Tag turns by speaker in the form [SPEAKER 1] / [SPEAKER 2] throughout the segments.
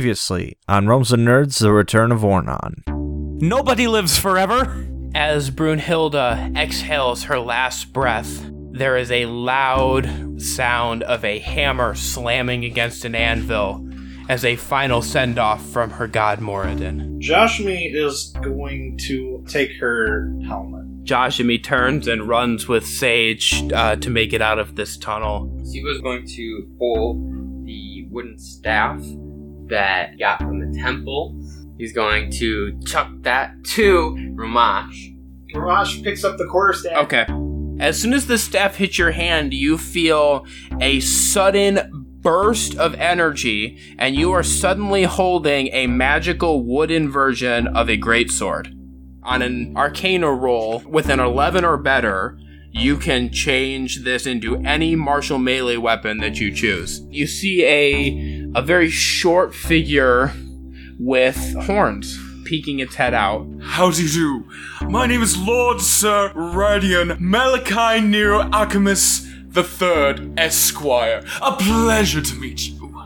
[SPEAKER 1] Previously on Realms of Nerds, The Return of Ornon.
[SPEAKER 2] Nobody lives forever.
[SPEAKER 3] As Brunhilda exhales her last breath, there is a loud sound of a hammer slamming against an anvil as a final send off from her god Moradin.
[SPEAKER 4] Joshmi is going to take her helmet.
[SPEAKER 3] Joshimi turns and runs with Sage uh, to make it out of this tunnel.
[SPEAKER 5] She was going to hold the wooden staff that he got from the temple. He's going to chuck that to Ramash.
[SPEAKER 4] Ramash picks up the quarterstaff.
[SPEAKER 3] Okay. As soon as the staff hits your hand, you feel a sudden burst of energy, and you are suddenly holding a magical wooden version of a greatsword. On an arcana roll with an 11 or better, you can change this into any martial melee weapon that you choose. You see a, a very short figure with horns peeking its head out.
[SPEAKER 6] How do you do? My name is Lord Sir Radian Malachi Nero Alchemist the Third Esquire. A pleasure to meet you.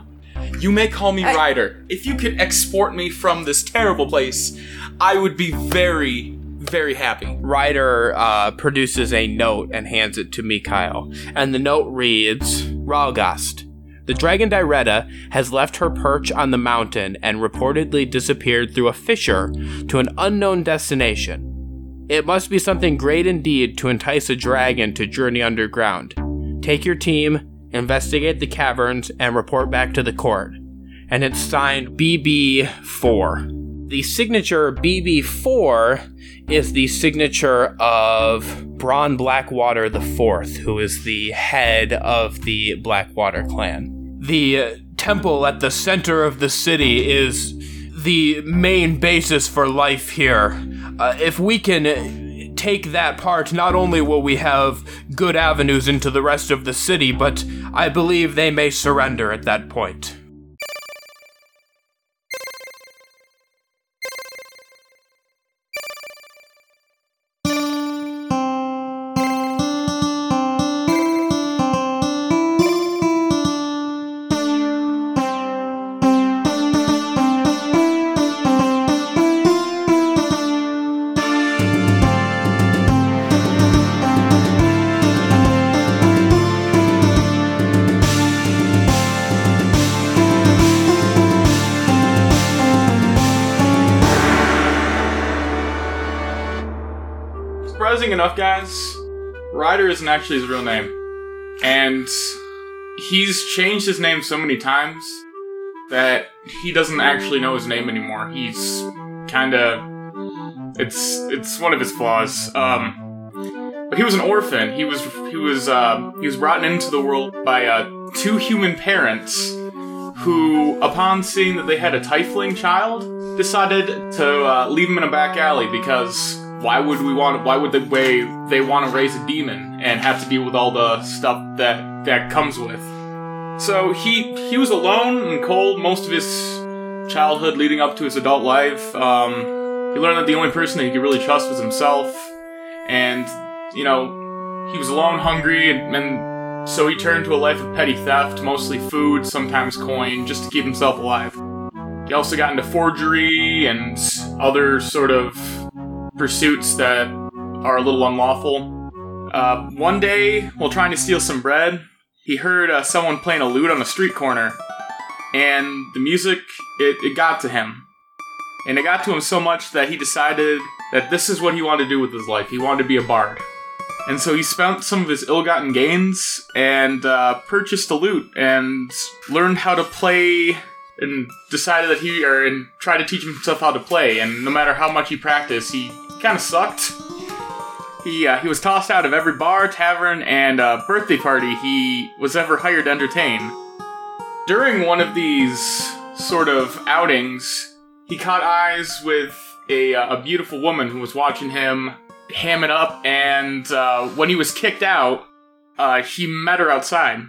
[SPEAKER 6] You may call me
[SPEAKER 7] I-
[SPEAKER 6] Ryder. If you could export me from this terrible place, I would be very, very happy.
[SPEAKER 3] Ryder uh, produces a note and hands it to Mikhail. And the note reads Ralgast. The dragon Diretta has left her perch on the mountain and reportedly disappeared through a fissure to an unknown destination. It must be something great indeed to entice a dragon to journey underground. Take your team, investigate the caverns, and report back to the court. And it's signed BB4. The signature BB4 is the signature of Bron Blackwater the Fourth, who is the head of the Blackwater clan. The uh, temple at the center of the city is the main basis for life here. Uh, if we can uh, take that part, not only will we have good avenues into the rest of the city, but I believe they may surrender at that point.
[SPEAKER 6] Surprising enough, guys, Ryder isn't actually his real name. And he's changed his name so many times that he doesn't actually know his name anymore. He's kinda it's it's one of his flaws. Um but he was an orphan. He was he was uh, he was brought into the world by uh, two human parents who, upon seeing that they had a tiefling child, decided to uh, leave him in a back alley because why would we want? Why would the way they want to raise a demon and have to deal with all the stuff that that comes with? So he he was alone and cold most of his childhood, leading up to his adult life. Um, he learned that the only person that he could really trust was himself, and you know he was alone, hungry, and, and so he turned to a life of petty theft, mostly food, sometimes coin, just to keep himself alive. He also got into forgery and other sort of pursuits that are a little unlawful. Uh, one day, while trying to steal some bread, he heard uh, someone playing a lute on a street corner, and the music it, it got to him, and it got to him so much that he decided that this is what he wanted to do with his life. He wanted to be a bard. And so he spent some of his ill-gotten gains and uh, purchased a lute and learned how to play and decided that he or and tried to teach himself how to play. And no matter how much he practiced, he kind of sucked. He uh, he was tossed out of every bar, tavern, and uh, birthday party he was ever hired to entertain. During one of these sort of outings, he caught eyes with a, uh, a beautiful woman who was watching him ham it up, and uh, when he was kicked out, uh, he met her outside.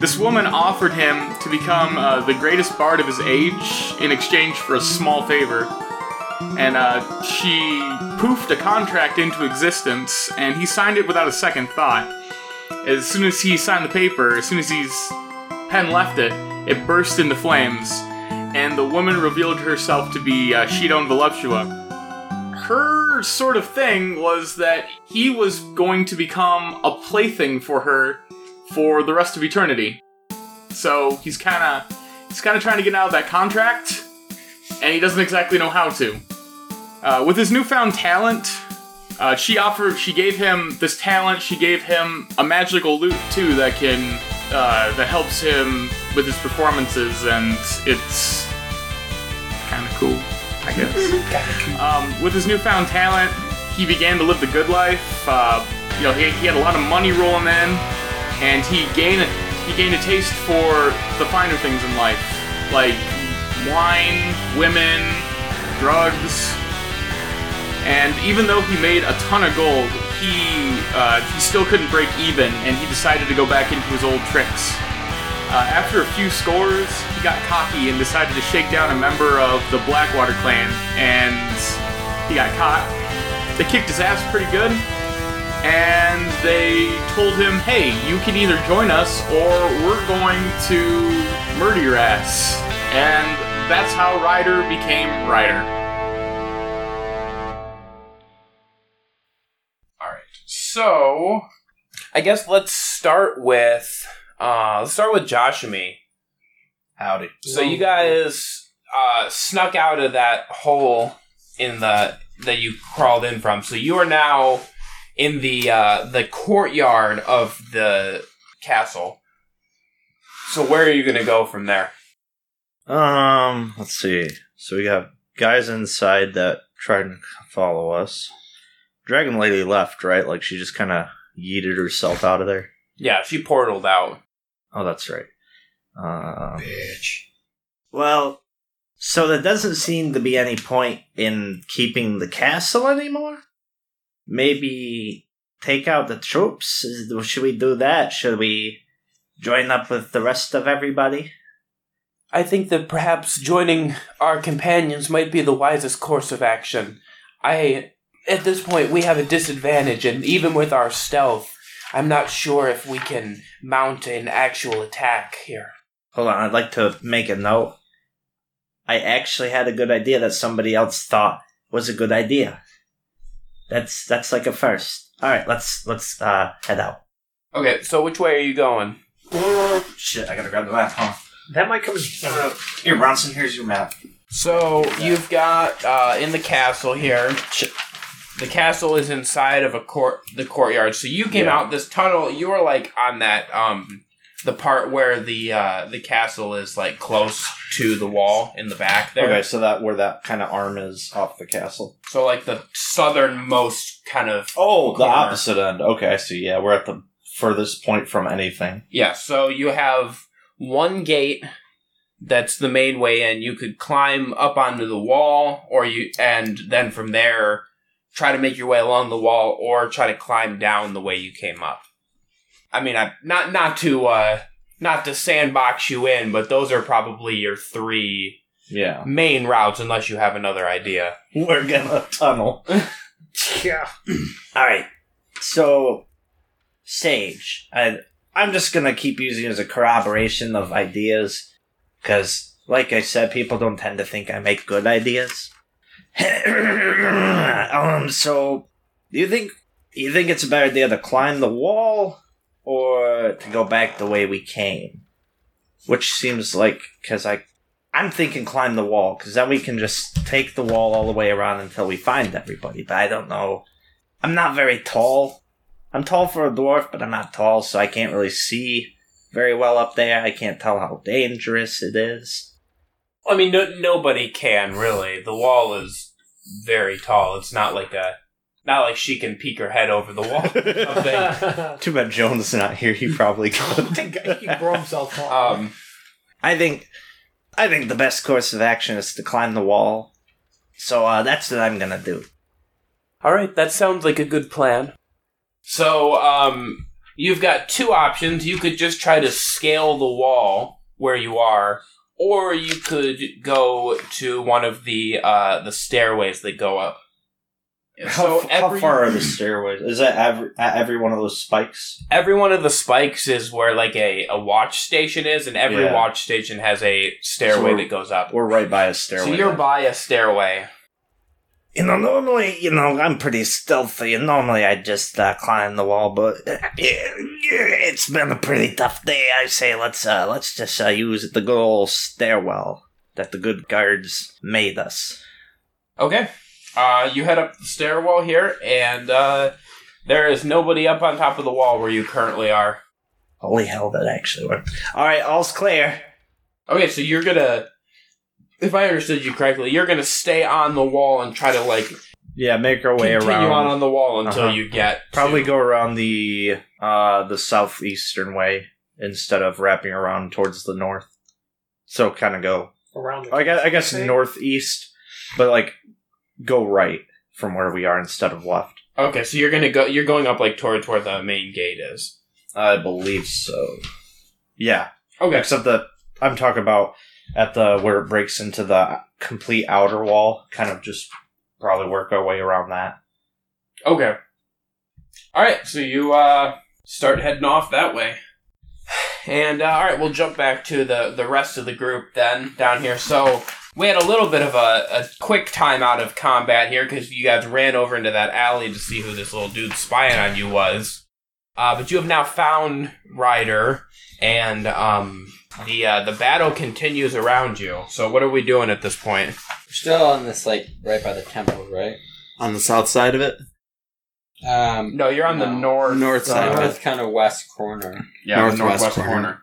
[SPEAKER 6] This woman offered him to become uh, the greatest bard of his age in exchange for a small favor. And uh, she poofed a contract into existence, and he signed it without a second thought. As soon as he signed the paper, as soon as his pen left it, it burst into flames. and the woman revealed herself to be uh, Shidon Voluptua. Her sort of thing was that he was going to become a plaything for her for the rest of eternity. So he's kind of he's kind of trying to get out of that contract, and he doesn't exactly know how to. Uh, with his newfound talent, uh, she offered she gave him this talent. She gave him a magical loot too that can uh, that helps him with his performances, and it's kind of cool, I guess. um, with his newfound talent, he began to live the good life. Uh, you know, he, he had a lot of money rolling in and he gained he gained a taste for the finer things in life, like wine, women, drugs, and even though he made a ton of gold, he uh, he still couldn't break even, and he decided to go back into his old tricks. Uh, after a few scores, he got cocky and decided to shake down a member of the Blackwater clan, and he got caught. They kicked his ass pretty good, and they told him, "Hey, you can either join us or we're going to murder your ass." And that's how Ryder became Ryder.
[SPEAKER 3] So, I guess let's start with uh let's start with Josh and me.
[SPEAKER 8] Howdy.
[SPEAKER 3] So you guys uh snuck out of that hole in the that you crawled in from. So you are now in the uh the courtyard of the castle. So where are you going to go from there?
[SPEAKER 9] Um, let's see. So we got guys inside that tried to follow us. Dragon Lady left, right? Like she just kind of yeeted herself out of there.
[SPEAKER 3] Yeah, she portaled out.
[SPEAKER 9] Oh, that's right. Um,
[SPEAKER 8] Bitch.
[SPEAKER 9] well, so there doesn't seem to be any point in keeping the castle anymore. Maybe take out the troops. Is- Should we do that? Should we join up with the rest of everybody?
[SPEAKER 3] I think that perhaps joining our companions might be the wisest course of action. I, at this point, we have a disadvantage, and even with our stealth, I'm not sure if we can mount an actual attack here.
[SPEAKER 9] Hold on, I'd like to make a note. I actually had a good idea that somebody else thought was a good idea. That's that's like a first. All right, let's let's uh head out.
[SPEAKER 3] Okay, so which way are you going?
[SPEAKER 9] Shit, I gotta grab the map, huh?
[SPEAKER 8] That might come as. Uh, here, Bronson, here's your map.
[SPEAKER 3] So you've got uh, in the castle here. The castle is inside of a court, the courtyard. So you came
[SPEAKER 9] Yeah.
[SPEAKER 3] out this tunnel. You were like on that, um, the part where the uh, the castle is like close to the wall in the back there.
[SPEAKER 9] Okay, so that where that kind of arm is off the castle.
[SPEAKER 3] So like the southernmost kind of
[SPEAKER 9] Oh, the
[SPEAKER 3] Corner.
[SPEAKER 9] opposite end. Okay, I see. Yeah, we're at the furthest point from anything.
[SPEAKER 3] yeah. So you have one gate that's the main way in. You could climb up onto the wall, or you and then from there try to make your way along the wall, or try to climb down the way you came up. I mean, I not not to uh, not to sandbox you in, but those are probably your three
[SPEAKER 9] Yeah,
[SPEAKER 3] main routes, unless you have another idea.
[SPEAKER 9] we're gonna tunnel.
[SPEAKER 8] Yeah.
[SPEAKER 9] All right. So, Sage, I, I'm just gonna keep using it as a corroboration of ideas, because, like I said, people don't tend to think I make good ideas. um. So, do you think you think it's a better idea to climb the wall or to go back the way we came? Which seems like because I. I'm thinking climb the wall because then we can just take the wall all the way around until we find everybody. But I don't know I'm not very tall. I'm tall for a dwarf, but I'm not tall, so I can't really see very well up there. I can't tell how dangerous it is.
[SPEAKER 3] I mean, no, nobody can really. The wall is very tall. It's not like a, not like she can peek her head over the wall. or something.
[SPEAKER 9] Too bad Jones is not here. He probably could.
[SPEAKER 8] he can grow himself up.
[SPEAKER 3] um,
[SPEAKER 9] I think, I think the best course of action is to climb the wall. So uh, that's what I'm gonna do.
[SPEAKER 3] all right, that sounds like a good plan. So, um, you've got two options. You could just try to scale the wall where you are, or you could go to one of the uh, the stairways that go up.
[SPEAKER 4] How,
[SPEAKER 10] So
[SPEAKER 4] f how
[SPEAKER 10] every-
[SPEAKER 4] far are the stairways? Is that every, at every one of those spikes?
[SPEAKER 3] every one of the spikes is where like a, a watch station is, and every
[SPEAKER 4] Yeah.
[SPEAKER 3] watch station has a stairway
[SPEAKER 4] So-
[SPEAKER 3] that goes up.
[SPEAKER 4] We're right by a stairway.
[SPEAKER 3] So you're by a stairway.
[SPEAKER 4] You know, normally, you know, I'm pretty stealthy, and normally I just uh, climb the wall. But uh, yeah, yeah, it's been a pretty tough day. I say let's uh, let's just uh, use the good old stairwell that the good guards made us.
[SPEAKER 3] Okay. Uh, you head up the stairwell here, and uh, there is nobody up on top of the wall where you currently are.
[SPEAKER 4] Holy hell, that actually worked. All right, all's clear.
[SPEAKER 3] Okay, so you're gonna, if I understood you correctly, you're gonna stay on the wall and try to like
[SPEAKER 4] Yeah, make our way
[SPEAKER 3] continue
[SPEAKER 4] around.
[SPEAKER 3] on on the wall until
[SPEAKER 4] Uh-huh.
[SPEAKER 3] you get
[SPEAKER 4] Probably
[SPEAKER 3] to-
[SPEAKER 4] go around the uh the southeastern way instead of wrapping around towards the north. So kind of go
[SPEAKER 11] around. The
[SPEAKER 4] I guess, I guess
[SPEAKER 11] Say-
[SPEAKER 4] northeast, but like go right from where we are instead of left.
[SPEAKER 3] Okay, so you're gonna go. You're going up like towards where the main gate is.
[SPEAKER 4] I believe so. Uh, Yeah,
[SPEAKER 3] Okay.
[SPEAKER 4] except the I'm talking about at the where it breaks into the complete outer wall. Kind of just probably work our way around that.
[SPEAKER 3] Okay. All right, so you uh, start heading off that way, and uh, all right, we'll jump back to the the rest of the group then down here. So we had a little bit of a, a quick time out of combat here because you guys ran over into that alley to see who this little dude spying on you was. Uh, but you have now found Ryder, and um, the uh, the battle continues around you. So what are we doing at this point?
[SPEAKER 5] We're still on this, like, right by the temple, right?
[SPEAKER 6] on the south side of it,
[SPEAKER 5] Um,
[SPEAKER 3] No, you're on the
[SPEAKER 5] No.
[SPEAKER 3] north.
[SPEAKER 6] north side of
[SPEAKER 5] that's kind of west corner.
[SPEAKER 10] Yeah, the
[SPEAKER 6] Northwest
[SPEAKER 10] northwest
[SPEAKER 6] corner.
[SPEAKER 10] corner.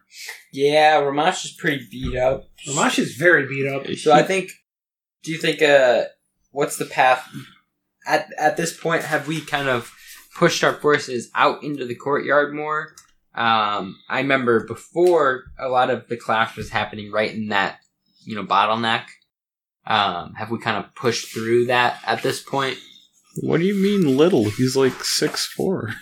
[SPEAKER 5] Yeah, Ramash is pretty beat up.
[SPEAKER 11] Ramash is very beat up.
[SPEAKER 6] it.
[SPEAKER 5] So I think. Do you think? Uh, what's the path? At at this point, have we kind of pushed our forces out into the courtyard more? Um, I remember before a lot of the clash was happening right in that you know bottleneck. Um, have we kind of pushed through that at this point?
[SPEAKER 6] What do you mean little? He's like six four.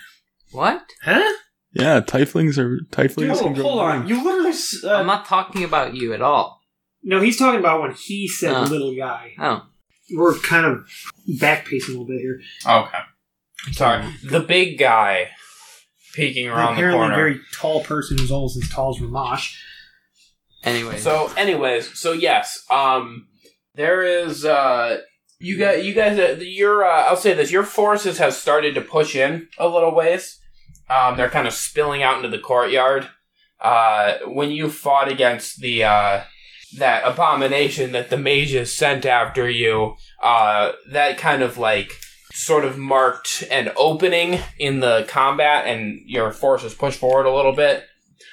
[SPEAKER 5] What?
[SPEAKER 11] Huh?
[SPEAKER 6] Yeah, tieflings are tieflings. can grow
[SPEAKER 11] hold on.
[SPEAKER 6] big.
[SPEAKER 11] You literally. s- Uh,
[SPEAKER 5] I'm not talking about you at all.
[SPEAKER 11] no, he's talking about when he said
[SPEAKER 5] Uh.
[SPEAKER 11] little guy.
[SPEAKER 5] Oh,
[SPEAKER 11] We're kind of backpacing a little bit here.
[SPEAKER 3] Okay. Sorry. The big guy peeking around the
[SPEAKER 11] Apparently, a
[SPEAKER 3] corner.
[SPEAKER 11] very tall person who's almost as tall as Ramash.
[SPEAKER 5] anyway.
[SPEAKER 3] so anyways, so yes, um there is uh you got you guys uh, your uh, I'll say this, your forces have started to push in a little ways. Um they're kind of spilling out into the courtyard. Uh when you fought against the uh that abomination that the mages sent after you, uh that kind of like sort of marked an opening in the combat and your forces pushed forward a little bit.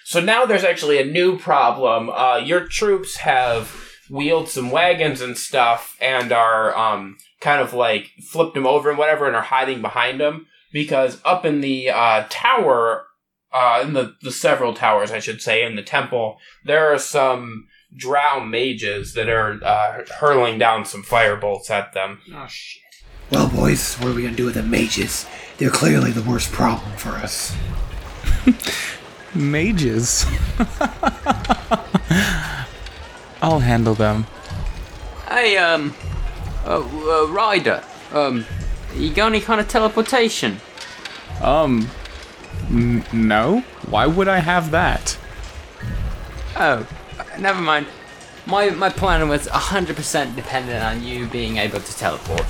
[SPEAKER 3] So now there's actually a new problem. Uh, your troops have wheeled some wagons and stuff and are um, kind of like flipped them over and whatever and are hiding behind them because up in the uh, tower, uh, in the, the several towers, I should say, in the temple, there are some drow mages that are uh, hurling down some firebolts at them.
[SPEAKER 11] Oh shit!
[SPEAKER 12] Well, boys, what are we gonna do with the mages? They're clearly the worst problem for us.
[SPEAKER 6] Mages. I'll handle them.
[SPEAKER 5] Hey, um, uh, uh, Ryder, um, you got any kind of teleportation?
[SPEAKER 6] Um, n- no. Why would I have that?
[SPEAKER 5] Oh, never mind. My my plan was 100% dependent on you being able to teleport.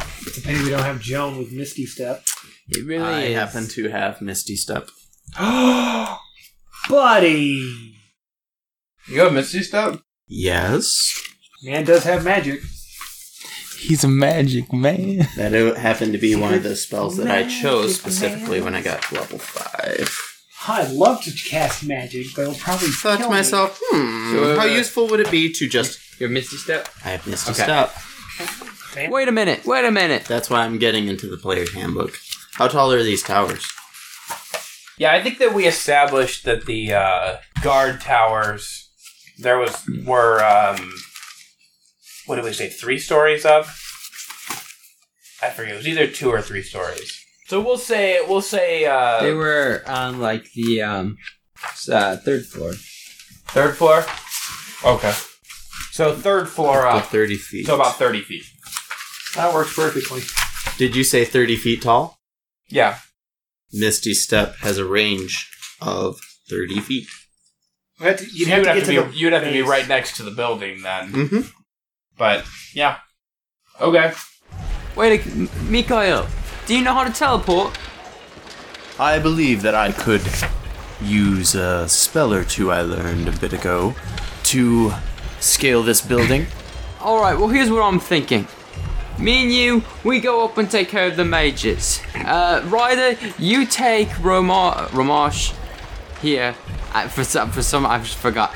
[SPEAKER 11] Maybe we don't have Joan with Misty Step,
[SPEAKER 5] It really
[SPEAKER 6] I
[SPEAKER 5] is.
[SPEAKER 6] happen to have Misty Step.
[SPEAKER 11] buddy.
[SPEAKER 3] You have Misty Step?
[SPEAKER 6] Yes.
[SPEAKER 11] Man does have magic.
[SPEAKER 6] He's a magic man.
[SPEAKER 13] That o- happened to be one of the spells that I chose specifically when I got to level five.
[SPEAKER 11] I'd love to cast magic, but it'll probably
[SPEAKER 13] Thought
[SPEAKER 11] kill
[SPEAKER 13] to
[SPEAKER 11] me.
[SPEAKER 13] myself, hmm,
[SPEAKER 5] So, uh,
[SPEAKER 13] how useful would it be to just
[SPEAKER 5] Your Misty Step?
[SPEAKER 13] I have missed a
[SPEAKER 5] Okay.
[SPEAKER 13] step.
[SPEAKER 5] Wait a minute, wait a minute.
[SPEAKER 13] That's why I'm getting into the player's handbook. How tall are these towers?
[SPEAKER 3] Yeah, I think that we established that the uh, guard towers there was were um, what did we say three stories up? I forget. It was either two or three stories. So we'll say we'll say uh,
[SPEAKER 5] They were on, like, the, um, s- uh, third floor.
[SPEAKER 3] third floor. Okay. So third floor
[SPEAKER 13] Up
[SPEAKER 3] up.
[SPEAKER 13] to 30 feet.
[SPEAKER 3] So about thirty feet.
[SPEAKER 11] That works perfectly.
[SPEAKER 13] Did you say 30 feet tall?
[SPEAKER 6] Yeah.
[SPEAKER 13] Misty Step has a range of 30 feet.
[SPEAKER 3] You'd have, to, be, you'd have to be right next to the building then.
[SPEAKER 13] Mm-hmm.
[SPEAKER 3] But yeah. Okay.
[SPEAKER 5] Wait, a- M- Mikhail, do you know how to teleport?
[SPEAKER 13] I believe that I could use a spell or two I learned a bit ago to scale this building.
[SPEAKER 5] All right. Well, here's what I'm thinking. Me and you, we go up and take care of the mages. Uh, Ryder, you take Romar, Romash here. Uh, for some, for some, I just forgot.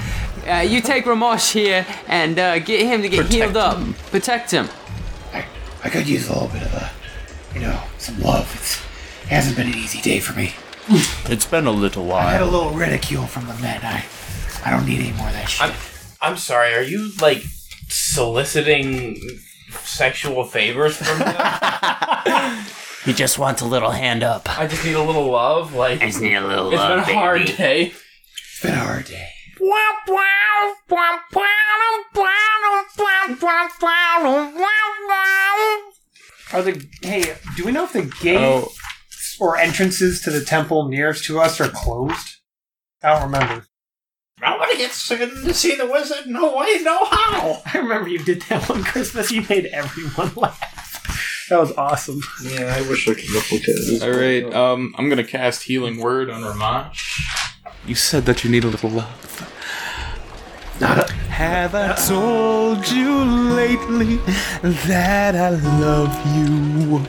[SPEAKER 5] Uh, you take Romash here and uh, get him to get healed up. Protect him.
[SPEAKER 14] I, I could use a little bit of a, you know, some uh, love. It's, it hasn't been an easy day for me.
[SPEAKER 13] It's been a little
[SPEAKER 14] I had a
[SPEAKER 13] while.
[SPEAKER 14] little ridicule from the men. I, I don't need any more of that shit.
[SPEAKER 3] I'm I'm sorry, are you like soliciting sexual favors from me?
[SPEAKER 15] He just wants a little hand up.
[SPEAKER 3] I just need a little love. Like I just need a little love. It's been a hard day.
[SPEAKER 14] It's been a hard day.
[SPEAKER 11] Are the hey? Do we know if the gates
[SPEAKER 4] Oh.
[SPEAKER 11] or entrances to the temple nearest to us are closed? I don't remember.
[SPEAKER 4] I want to get certain to see the wizard. No way, no how.
[SPEAKER 11] I remember you did that one Christmas. You made everyone laugh. That was awesome.
[SPEAKER 4] Yeah, I wish I could replicate
[SPEAKER 6] All right. Um, I'm gonna cast Healing Word on Ramach.
[SPEAKER 16] You said that you need a little love. Have I told you lately that I love you?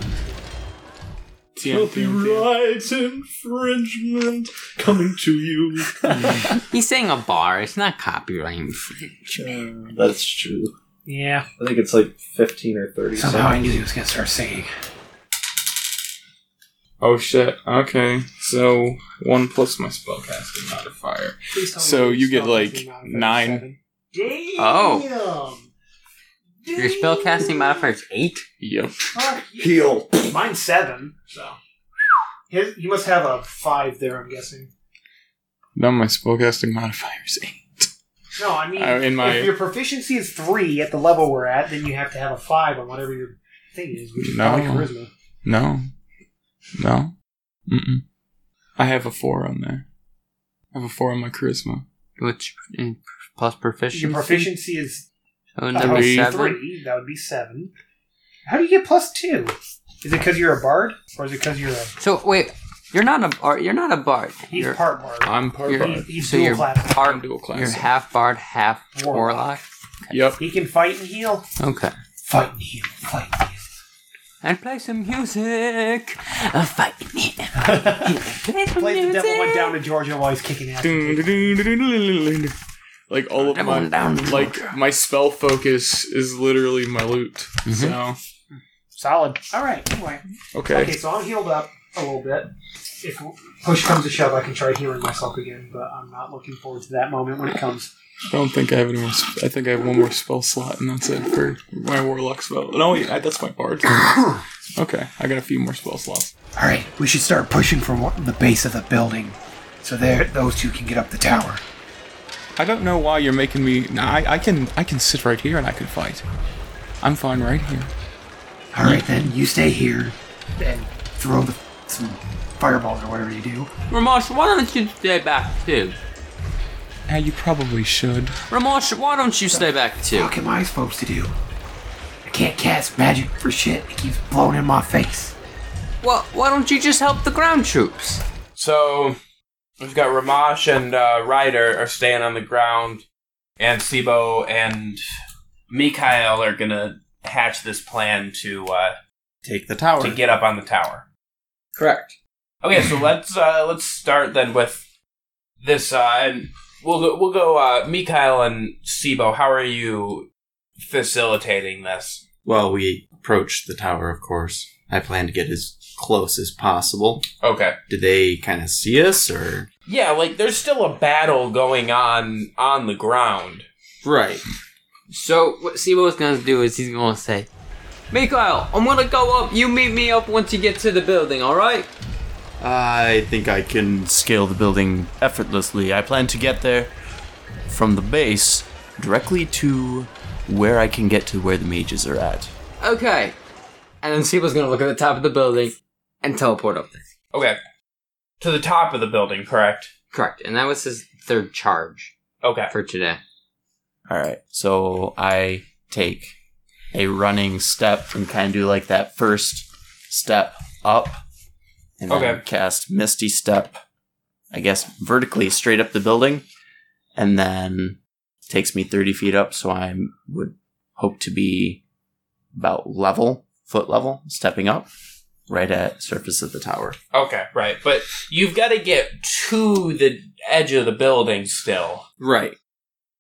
[SPEAKER 6] TM, TM,
[SPEAKER 4] infringement coming to you.
[SPEAKER 5] He's saying a bar. It's not copyright infringement.
[SPEAKER 4] That's true.
[SPEAKER 11] Yeah.
[SPEAKER 4] I think it's like 15 or 30
[SPEAKER 14] Somehow I knew he was gonna start singing.
[SPEAKER 6] Oh shit. Okay. So one plus my spellcasting modifier. So you get like nine.
[SPEAKER 5] Oh, your spellcasting modifier is eight.
[SPEAKER 6] Yep.
[SPEAKER 4] Heal.
[SPEAKER 11] Mine's seven. So His, you must have a five there. I'm guessing.
[SPEAKER 6] Now my spellcasting modifier is eight.
[SPEAKER 11] No, I mean,
[SPEAKER 6] Uh, in my-
[SPEAKER 11] if your proficiency is three at the level we're at, then you have to have a five on whatever your thing is, which is
[SPEAKER 6] No.
[SPEAKER 11] probably charisma.
[SPEAKER 6] No. No. Mm-mm. I have a four on there. I have a four on my charisma.
[SPEAKER 5] Which in plus proficiency.
[SPEAKER 11] Your proficiency is
[SPEAKER 5] Oh,
[SPEAKER 11] uh,
[SPEAKER 5] number
[SPEAKER 6] Three.
[SPEAKER 5] seven.
[SPEAKER 11] three. That would be seven. How do you get plus two? Is it because you're a bard, or is it because you're a
[SPEAKER 5] So wait, you're not a bard. You're not a bard.
[SPEAKER 11] he's
[SPEAKER 5] You're,
[SPEAKER 11] part bard?
[SPEAKER 6] I'm part
[SPEAKER 5] You're-
[SPEAKER 6] bard.
[SPEAKER 11] He's
[SPEAKER 5] so
[SPEAKER 11] dual
[SPEAKER 5] you're
[SPEAKER 11] class.
[SPEAKER 5] part.
[SPEAKER 6] dual class.
[SPEAKER 5] You're half bard, half warlock.
[SPEAKER 11] Warlock.
[SPEAKER 6] Yep.
[SPEAKER 11] He can fight and heal.
[SPEAKER 5] Okay.
[SPEAKER 14] Fight and heal, fight and heal.
[SPEAKER 5] And play some music. A fight me. play some
[SPEAKER 11] Plays the
[SPEAKER 5] music.
[SPEAKER 11] devil went down to Georgia while he's kicking ass.
[SPEAKER 6] Like all of my like my spell focus is literally my loot.
[SPEAKER 16] Mm-hmm.
[SPEAKER 6] So
[SPEAKER 11] Solid. All right. Anyway. Okay,
[SPEAKER 6] okay.
[SPEAKER 11] so I'm healed up a little bit. If push comes to shove, I can try healing myself again, but I'm not looking forward to that moment when it comes.
[SPEAKER 6] I don't think I have any more. Sp- I think I have one more spell slot, and that's it for my warlock spell. No, wait, I, that's my bard. okay, I got a few more spell slots.
[SPEAKER 14] All right, we should start pushing from wa- the base of the building, so there those two can get up the tower.
[SPEAKER 16] I don't know why you're making me. Nah, I, I can I can sit right here and I can fight. I'm fine right here.
[SPEAKER 14] All right, then you stay here and throw the, some fireballs or whatever you do.
[SPEAKER 5] Ramosh, why don't you stay back too?
[SPEAKER 16] Yeah, Uh, you probably should.
[SPEAKER 5] Ramosh, why don't you stay back too?
[SPEAKER 14] What am I supposed to do? I can't cast magic for shit. It keeps blowing in my face.
[SPEAKER 5] Well, why don't you just help the ground troops?
[SPEAKER 3] So we've got Ramash and uh, Ryder are staying on the ground, and Sibo and Mikhail are gonna hatch this plan to uh,
[SPEAKER 13] Take the tower.
[SPEAKER 3] to get up on the tower.
[SPEAKER 5] Correct.
[SPEAKER 3] Okay, so let's uh, let's start then with this, uh, and we'll go, we'll go. Uh, Mikhail and Sibo, how are you facilitating this?
[SPEAKER 13] Well, we approached the tower, of course. I plan to get as close as possible.
[SPEAKER 3] Okay.
[SPEAKER 13] Did they kind of see us, or
[SPEAKER 3] Yeah, like there's still a battle going on on the ground.
[SPEAKER 13] right?
[SPEAKER 5] So what Sibo's gonna do is he's gonna say, Mikhail, I'm gonna go up. You meet me up once you get to the building. All right?
[SPEAKER 13] I think I can scale the building effortlessly. I plan to get there from the base directly to where I can get to where the mages are at.
[SPEAKER 5] Okay. and then Siba's gonna look at the top of the building and teleport up there.
[SPEAKER 3] Okay. To the top of the building, correct?
[SPEAKER 5] Correct. And that was his third charge
[SPEAKER 3] Okay.
[SPEAKER 5] for today.
[SPEAKER 13] All right. So I take a running step and kind of do like that first step up and then
[SPEAKER 3] Okay.
[SPEAKER 13] cast Misty Step, I guess, vertically straight up the building. And then takes me 30 feet up. So I would hope to be about level, foot level, stepping up right at surface of the tower.
[SPEAKER 3] Okay, right. But you've got to get to the edge of the building still.
[SPEAKER 13] Right.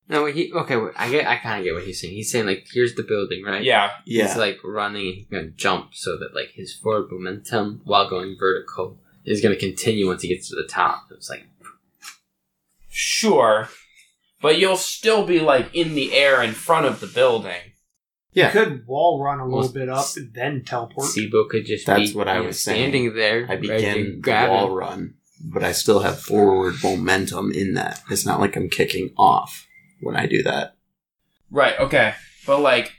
[SPEAKER 5] No, wait, he okay. Wait, I get. I kind of get what he's saying. He's saying like, here's the building, right?
[SPEAKER 3] Yeah.
[SPEAKER 5] He's like running and he's gonna jump so that like his forward momentum while going vertical is gonna continue once he gets to the top. It's like
[SPEAKER 3] Sure. But you'll still be like in the air in front of the building.
[SPEAKER 13] Yeah.
[SPEAKER 11] Could wall run a little
[SPEAKER 5] Well,
[SPEAKER 11] bit up and then teleport.
[SPEAKER 5] Sibo could just
[SPEAKER 13] That's
[SPEAKER 5] be,
[SPEAKER 13] what I
[SPEAKER 5] you know,
[SPEAKER 13] was saying.
[SPEAKER 5] standing there.
[SPEAKER 13] I
[SPEAKER 5] ready to
[SPEAKER 13] begin the
[SPEAKER 5] grab
[SPEAKER 13] wall
[SPEAKER 5] him.
[SPEAKER 13] run, but I still have forward momentum in that. It's not like I'm kicking off when I do that.
[SPEAKER 3] Right, okay. But like,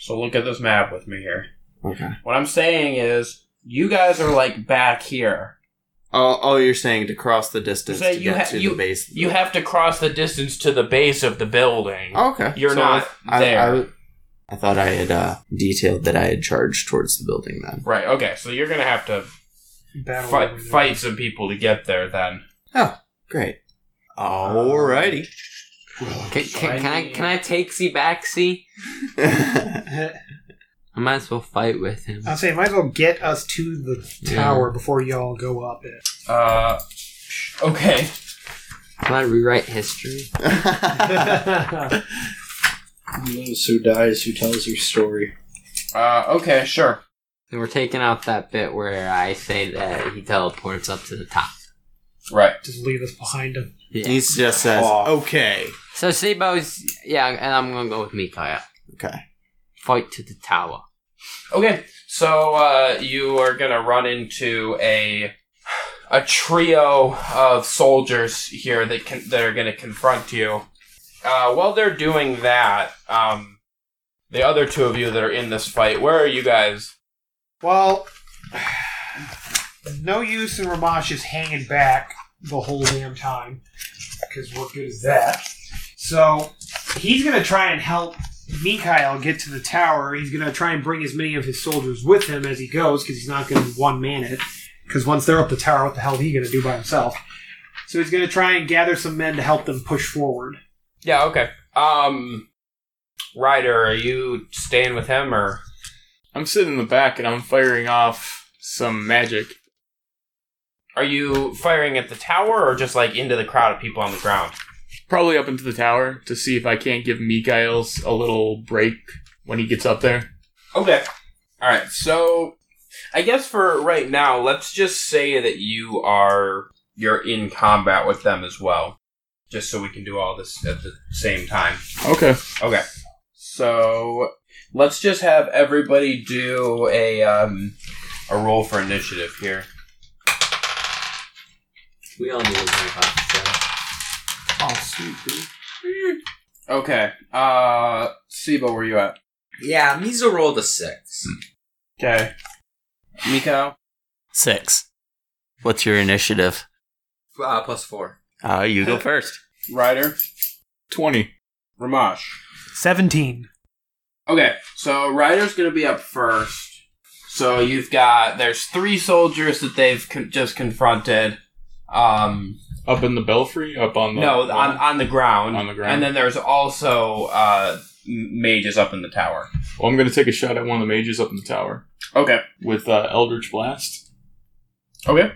[SPEAKER 3] so look at this map with me here.
[SPEAKER 13] Okay.
[SPEAKER 3] What I'm saying is, you guys are like back here.
[SPEAKER 13] Oh, oh you're saying to cross the distance
[SPEAKER 3] So
[SPEAKER 13] to
[SPEAKER 3] you
[SPEAKER 13] get
[SPEAKER 3] ha-
[SPEAKER 13] to
[SPEAKER 3] you-
[SPEAKER 13] the base.
[SPEAKER 3] You have to cross the distance to the base of the building.
[SPEAKER 13] Oh, okay.
[SPEAKER 3] You're not
[SPEAKER 13] I,
[SPEAKER 3] there.
[SPEAKER 13] I, I thought I had uh, detailed that I had charged towards the building then.
[SPEAKER 3] Right, okay. So you're going to have to
[SPEAKER 11] Battle
[SPEAKER 3] fight,
[SPEAKER 11] over there.
[SPEAKER 3] fight some people to get there then.
[SPEAKER 13] Great. Alrighty.
[SPEAKER 5] Can, can, can I can I take C back C? I might as well fight with him.
[SPEAKER 11] I'll say, might as well get us to the tower before y'all go up it.
[SPEAKER 3] Uh, okay.
[SPEAKER 5] Can I rewrite history?
[SPEAKER 4] Those who dies who tells your story.
[SPEAKER 3] Uh, okay, sure.
[SPEAKER 5] And we're taking out that bit where I say that he teleports up to the top.
[SPEAKER 3] Right.
[SPEAKER 11] Just leave us behind him.
[SPEAKER 5] Yeah.
[SPEAKER 13] he just says, okay.
[SPEAKER 5] so Sibo's yeah, and I'm gonna go with Mikaya.
[SPEAKER 13] Okay.
[SPEAKER 5] Fight to the tower.
[SPEAKER 3] Okay. So uh, you are gonna run into a a trio of soldiers here that can, that are gonna confront you. Uh, while they're doing that, um, the other two of you that are in this fight, where are you guys?
[SPEAKER 11] Well, no use in Ramash just hanging back the whole damn time because what good is that? So he's gonna try and help Mikhail get to the tower. He's gonna try and bring as many of his soldiers with him as he goes because he's not gonna one man it. Because once they're up the tower, what the hell is he gonna do by himself? So he's gonna try and gather some men to help them push forward.
[SPEAKER 3] Yeah. Okay. Um, Ryder, are you staying with him or?
[SPEAKER 6] I'm sitting in the back and I'm firing off some magic.
[SPEAKER 3] Are you firing at the tower or just like into the crowd of people on the ground?
[SPEAKER 6] Probably up into the tower to see if I can't give Mikhail's a little break when he gets up there.
[SPEAKER 3] Okay. All right. So, I guess for right now, let's just say that you are you're in combat with them as well, just so we can do all this at the same time.
[SPEAKER 6] Okay.
[SPEAKER 3] Okay. So let's just have everybody do a um, a roll for initiative here.
[SPEAKER 5] We all need to drink off
[SPEAKER 3] Okay. Uh, Sibo, where you at?
[SPEAKER 5] the Yeah, Mizo rolled a six.
[SPEAKER 3] Okay. Miko.
[SPEAKER 13] Six. What's your initiative?
[SPEAKER 5] Uh, plus four.
[SPEAKER 13] Uh, you go first.
[SPEAKER 3] Ryder.
[SPEAKER 6] 20.
[SPEAKER 3] Ramash.
[SPEAKER 11] Seventeen.
[SPEAKER 3] Okay, so Ryder's gonna be up first. So you've got there's three soldiers that they've con- just confronted. Um,
[SPEAKER 6] Up in the belfry? Up on the.
[SPEAKER 3] no, on on the ground.
[SPEAKER 6] On the ground.
[SPEAKER 3] And then there's also uh, m- mages up in the tower.
[SPEAKER 6] Well, I'm going to take a shot at one of the mages up in the tower
[SPEAKER 3] Okay.
[SPEAKER 6] with uh, Eldritch Blast.
[SPEAKER 3] Okay.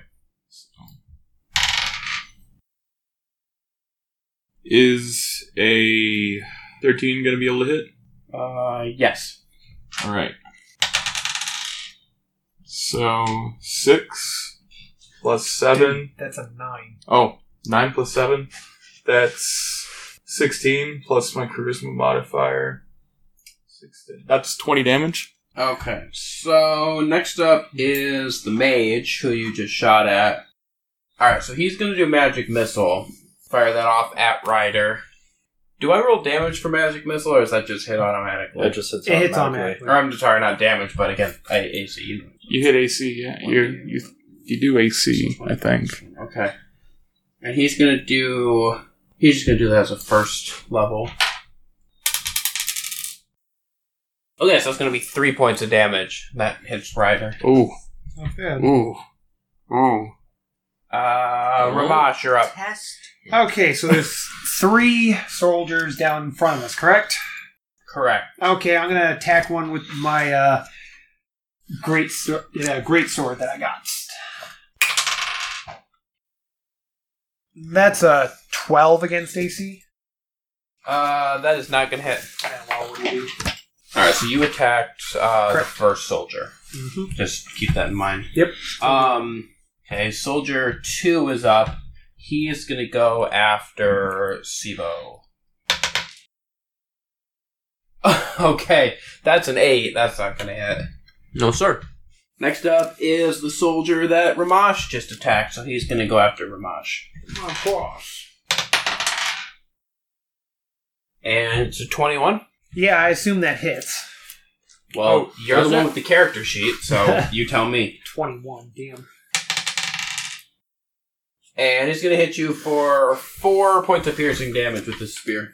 [SPEAKER 6] Is a 13 going to be able to hit?
[SPEAKER 3] Uh, yes.
[SPEAKER 6] All right. So six plus seven.
[SPEAKER 11] That's a nine.
[SPEAKER 6] Oh, nine plus seven. That's sixteen plus my charisma modifier. 16. That's twenty damage.
[SPEAKER 3] Okay. So next up is the mage who you just shot at. All right. So he's gonna do magic missile. Fire that off at Ryder. Do I roll damage for magic missile, or is that just hit automatically?
[SPEAKER 13] It just hits
[SPEAKER 11] It hits
[SPEAKER 13] automatically.
[SPEAKER 11] automatically.
[SPEAKER 3] or I'm sorry, not damage, but again, I AC.
[SPEAKER 7] You hit AC, yeah. You you you do AC, I think.
[SPEAKER 3] Okay. And he's gonna do. He's just gonna do that as a first level. Okay, so it's gonna be three points of damage. That hits Ryder.
[SPEAKER 7] Ooh,
[SPEAKER 11] Not bad.
[SPEAKER 7] ooh, ooh.
[SPEAKER 3] Uh, Ramash, you're up.
[SPEAKER 11] Okay, so there's three soldiers down in front of us, correct?
[SPEAKER 3] Correct.
[SPEAKER 11] Okay, I'm gonna attack one with my uh, great sw- yeah, great sword that I got. That's a twelve against AC.
[SPEAKER 3] Uh, that is not gonna hit. All right, so you attacked uh, the first soldier.
[SPEAKER 11] Mm-hmm.
[SPEAKER 3] Just keep that in mind.
[SPEAKER 11] Yep.
[SPEAKER 3] Um. Okay, soldier two is up. He is gonna go after Sibo. okay, that's an eight. That's not gonna hit. No, sir. Next up is the soldier that Ramash just attacked, so he's gonna go after Ramash.
[SPEAKER 11] Of course.
[SPEAKER 3] And it's a twenty-one.
[SPEAKER 11] Yeah, I assume that hits.
[SPEAKER 3] Well,
[SPEAKER 11] Oh,
[SPEAKER 3] you're the
[SPEAKER 11] does it?
[SPEAKER 3] one with the character sheet, so you tell me.
[SPEAKER 11] Twenty-one. Damn.
[SPEAKER 3] And he's going to hit you for four points of piercing damage with his spear.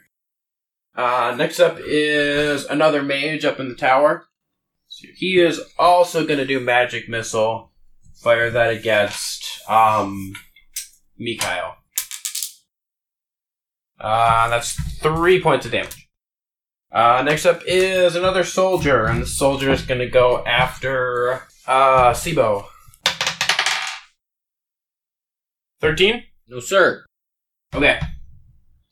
[SPEAKER 3] Uh, next up is another mage up in the tower. So he is also going to do magic missile. Fire that against um, Mikhail. Uh, that's three points of damage. Uh, next up is another soldier, and the soldier is going to go after uh, Sibo. 13?
[SPEAKER 5] No, sir.
[SPEAKER 3] Okay.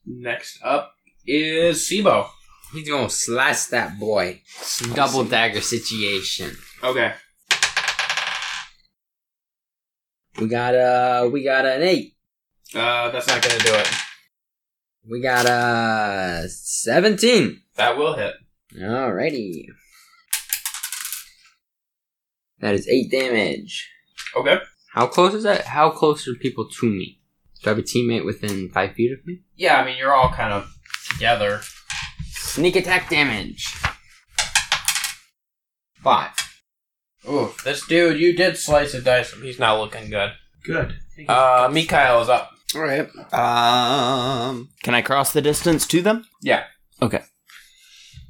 [SPEAKER 3] Next up is Sibo.
[SPEAKER 5] He's gonna slice that boy. Double dagger situation.
[SPEAKER 3] Okay.
[SPEAKER 5] We got a we got an eight.
[SPEAKER 3] Uh, that's not gonna do it.
[SPEAKER 5] We got a seventeen.
[SPEAKER 3] That will hit.
[SPEAKER 5] Alrighty. That is eight damage.
[SPEAKER 3] Okay.
[SPEAKER 5] How close is that? How close are people to me? Do I have a teammate within five feet of me?
[SPEAKER 3] Yeah, I mean you're all kind of together.
[SPEAKER 5] Sneak attack damage. Five.
[SPEAKER 3] Ooh, this dude, you did slice a dice. He's not looking good.
[SPEAKER 11] Good.
[SPEAKER 3] Uh, Mikhail is up.
[SPEAKER 13] All right. Um, can I cross the distance to them?
[SPEAKER 3] Yeah.
[SPEAKER 13] Okay.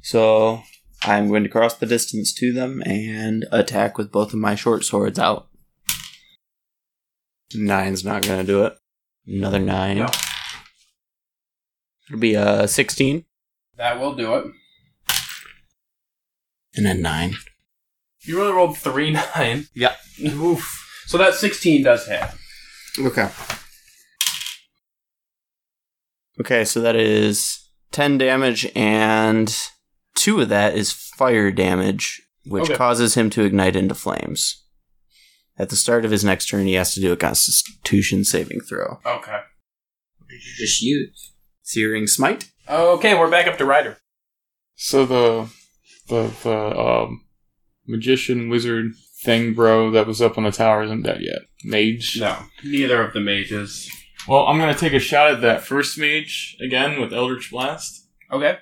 [SPEAKER 13] So I'm going to cross the distance to them and attack with both of my short swords out. Nine's not going to do it. Another nine.
[SPEAKER 3] No.
[SPEAKER 13] It'll be a 16
[SPEAKER 3] That will do it.
[SPEAKER 13] and a nine.
[SPEAKER 3] You really rolled three nine.
[SPEAKER 13] Yeah.
[SPEAKER 3] Oof. So that sixteen does hit.
[SPEAKER 13] Okay. Okay, so that is 10 damage, and two of that is fire damage, which
[SPEAKER 3] Okay.
[SPEAKER 13] causes him to ignite into flames. At the start of his next turn, he has to do a constitution saving throw.
[SPEAKER 3] Okay.
[SPEAKER 5] Just use.
[SPEAKER 13] Searing Smite?
[SPEAKER 3] Okay, we're back up to Ryder.
[SPEAKER 7] So the the the um, magician wizard thing, bro, that was up on the tower isn't dead yet. Mage.
[SPEAKER 3] No, neither of the mages.
[SPEAKER 7] Well, I'm gonna take a shot at that first mage again with Eldritch Blast.
[SPEAKER 3] Okay.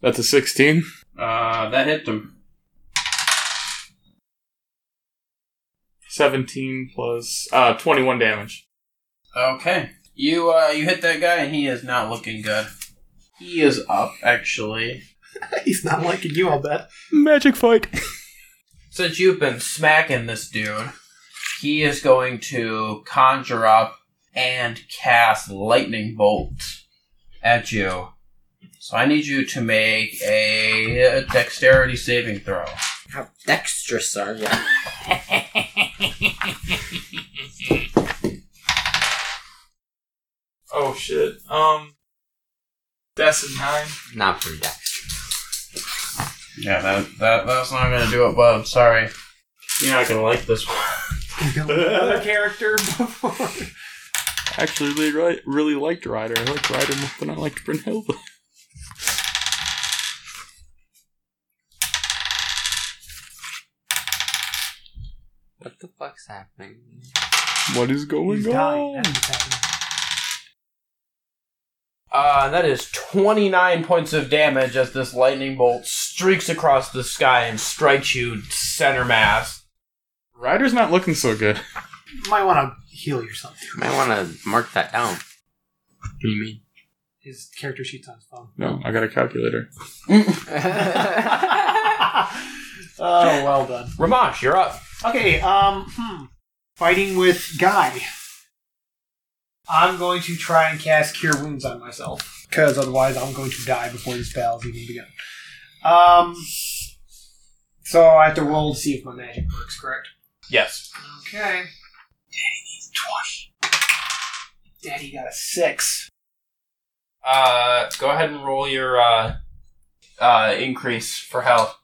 [SPEAKER 7] That's a 16.
[SPEAKER 3] Uh, that hit them.
[SPEAKER 7] 17 plus uh 21 damage.
[SPEAKER 3] Okay. You uh you hit that guy and he is not looking good. He is up actually.
[SPEAKER 11] He's not liking you, I'll bet.
[SPEAKER 7] Magic fight.
[SPEAKER 3] Since you've been smacking this dude, he is going to conjure up and cast lightning bolt at you. So I need you to make a dexterity saving throw.
[SPEAKER 5] How dexterous are you?
[SPEAKER 7] Mm-hmm. Oh shit. Um that's a 9.
[SPEAKER 5] Not pretty dexterous.
[SPEAKER 3] Yeah, that, that that's not gonna do it, bub. Sorry. You're not gonna like this one.
[SPEAKER 11] Another character before.
[SPEAKER 7] Actually really ri- really liked Ryder. I liked Ryder more than I liked Brynhilda.
[SPEAKER 5] What the fuck's happening?
[SPEAKER 7] What is going
[SPEAKER 11] He's
[SPEAKER 7] on?
[SPEAKER 11] dying. That's what's happening.
[SPEAKER 3] Uh, that is 29 points of damage as this lightning bolt streaks across the sky and strikes you center mass.
[SPEAKER 7] Ryder's not looking so good.
[SPEAKER 11] Might want to heal yourself.
[SPEAKER 5] You might want to mark that down.
[SPEAKER 7] What do you mean?
[SPEAKER 11] His character sheet's on his phone.
[SPEAKER 7] No, I got a calculator.
[SPEAKER 11] Oh, well done.
[SPEAKER 3] Ramash, you're up.
[SPEAKER 11] Okay, um, hmm. Fighting with Guy. I'm going to try and cast Cure Wounds on myself, because otherwise I'm going to die before this battle's even begun. Um, so I have to roll to see if my magic works, correct?
[SPEAKER 3] Yes.
[SPEAKER 11] Okay. Daddy needs 20. Daddy got a 6.
[SPEAKER 3] Uh, go ahead and roll your uh, uh, increase for health.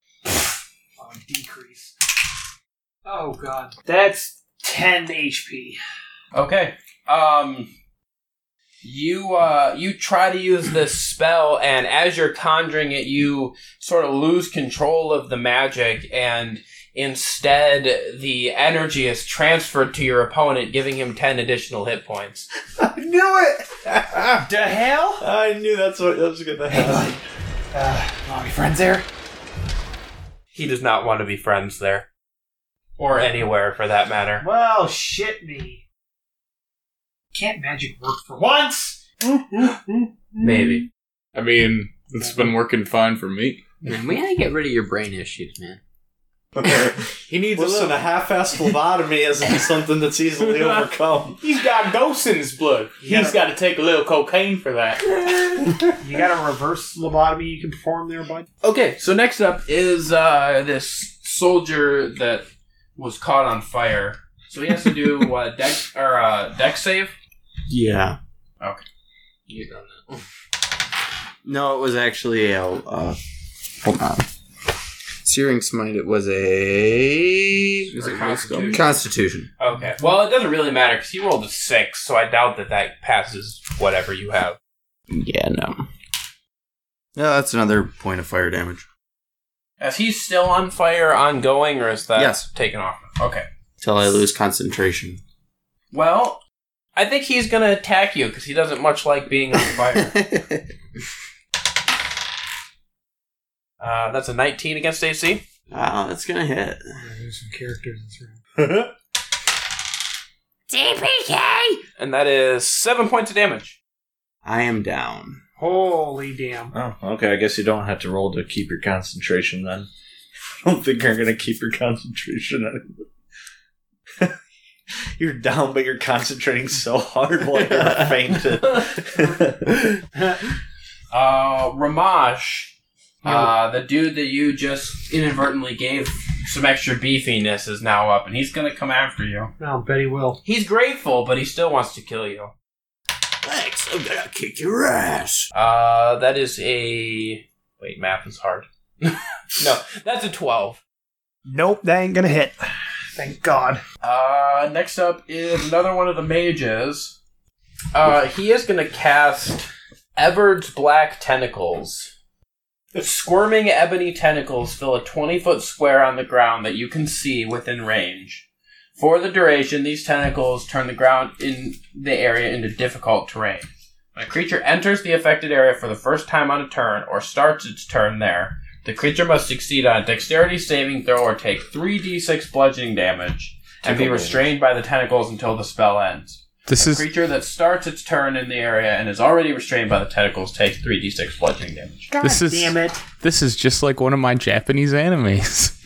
[SPEAKER 11] Oh, decrease. Oh, God. That's 10 HP.
[SPEAKER 3] Okay. Um, you uh, you try to use this spell, and as you're conjuring it, you sort of lose control of the magic, and instead the energy is transferred to your opponent, giving him ten additional hit points.
[SPEAKER 11] I knew it! the hell?
[SPEAKER 9] I knew that's what that was gonna
[SPEAKER 17] Hey,
[SPEAKER 9] happen.
[SPEAKER 17] bud. Uh, want to be friends there?
[SPEAKER 3] He does not want to be friends there, or anywhere for that matter.
[SPEAKER 11] Well, Oh, shit me. Can't magic work for once?
[SPEAKER 3] Maybe.
[SPEAKER 7] I mean, it's been working fine for me.
[SPEAKER 5] Man, we gotta get rid of your brain issues, man.
[SPEAKER 7] He needs
[SPEAKER 9] Listen, a half-assed lobotomy isn't something that's easily overcome.
[SPEAKER 6] He's got ghosts in his blood. He's got to take a little cocaine for that.
[SPEAKER 11] You got a reverse lobotomy you can perform there, bud?
[SPEAKER 3] Okay, so next up is uh, this soldier that was caught on fire. So he has to do uh, deck or uh, deck save.
[SPEAKER 13] Yeah.
[SPEAKER 3] You done that.
[SPEAKER 13] No, it was actually a. Uh, hold on. Searing smite. It was a.
[SPEAKER 3] Is it Constitution?
[SPEAKER 13] Constitution.
[SPEAKER 3] Okay. Well, it doesn't really matter because he rolled a six, so I doubt that that passes whatever you have.
[SPEAKER 13] Yeah, no. Yeah, that's another point of fire damage.
[SPEAKER 3] Is he still on fire, ongoing, or is that
[SPEAKER 13] Yes.
[SPEAKER 3] taken off? Okay.
[SPEAKER 13] Till I lose concentration.
[SPEAKER 3] Well, I think he's gonna attack you because he doesn't much like being on fire. uh, that's a nineteen against AC.
[SPEAKER 13] wow, that's gonna hit.
[SPEAKER 11] There's some characters in this room.
[SPEAKER 3] and that is seven points of damage.
[SPEAKER 13] I am down.
[SPEAKER 11] Holy damn.
[SPEAKER 9] Oh, okay. I guess you don't have to roll to keep your concentration then. I don't think you're gonna keep your concentration. anyway. you're down, but you're concentrating so hard while you're fainted.
[SPEAKER 3] Uh, Ramash,
[SPEAKER 13] Oh.
[SPEAKER 3] uh, the dude that you just inadvertently gave some extra beefiness is now up, and he's gonna come after you.
[SPEAKER 11] No, Oh, Betty will.
[SPEAKER 3] He's grateful, but he still wants to kill you.
[SPEAKER 13] Thanks. I'm gonna kick your ass.
[SPEAKER 3] Uh, that is a wait. Math is hard. no, that's a twelve.
[SPEAKER 11] Nope, that ain't gonna hit. Thank God.
[SPEAKER 3] Uh, next up is another one of the mages. Uh, he is going to cast Everard's Black Tentacles. Squirming ebony tentacles fill a 20 foot square on the ground that you can see within range. For the duration, these tentacles turn the ground in the area into difficult terrain. When a creature enters the affected area for the first time on a turn or starts its turn there, the creature must succeed on a dexterity saving throw or take 3d6 bludgeoning damage and be restrained by the tentacles until the spell ends.
[SPEAKER 18] This
[SPEAKER 3] A
[SPEAKER 18] is
[SPEAKER 3] creature that starts its turn in the area and is already restrained by the tentacles takes 3d6 bludgeoning damage.
[SPEAKER 18] this is
[SPEAKER 11] Damn it.
[SPEAKER 18] this is just like one of my Japanese animes.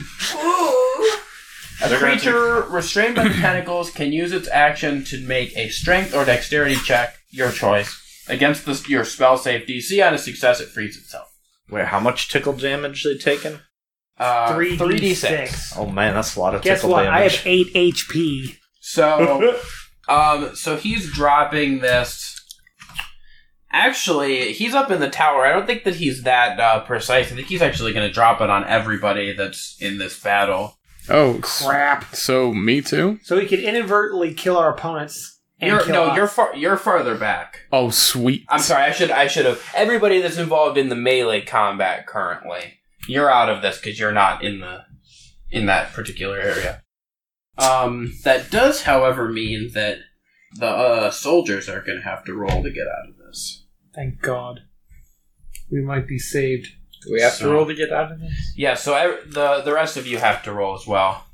[SPEAKER 3] A creature restrained by the tentacles can use its action to make a strength or dexterity check, your choice, against the, your spell save DC. On a success, it frees itself.
[SPEAKER 9] Wait, how much tickle damage they taken?
[SPEAKER 3] Uh,
[SPEAKER 11] 3D6.
[SPEAKER 3] 3d6.
[SPEAKER 9] Oh man, that's a lot of
[SPEAKER 11] Guess
[SPEAKER 9] tickle
[SPEAKER 11] what? I
[SPEAKER 9] damage.
[SPEAKER 11] have 8 HP.
[SPEAKER 3] So, um, so he's dropping this. Actually, he's up in the tower. I don't think that he's that uh, precise. I think he's actually going to drop it on everybody that's in this battle.
[SPEAKER 7] Oh, s-
[SPEAKER 11] Crap.
[SPEAKER 7] so me too?
[SPEAKER 11] So we can inadvertently kill our opponents and
[SPEAKER 3] You're,
[SPEAKER 11] kill
[SPEAKER 3] no,
[SPEAKER 11] us.
[SPEAKER 3] you're far, you're farther back.
[SPEAKER 7] Oh, sweet.
[SPEAKER 3] I'm sorry. I should I should have everybody that's involved in the melee combat currently. You're out of this because you're not in the in that particular area. Um, that does, however, mean that the uh, soldiers are going to have to roll to get out of this.
[SPEAKER 11] Thank God. We might be saved.
[SPEAKER 5] Do we have
[SPEAKER 3] So-
[SPEAKER 5] to roll to get out of this?
[SPEAKER 3] Yeah, so ev- the the rest of you have to roll as well.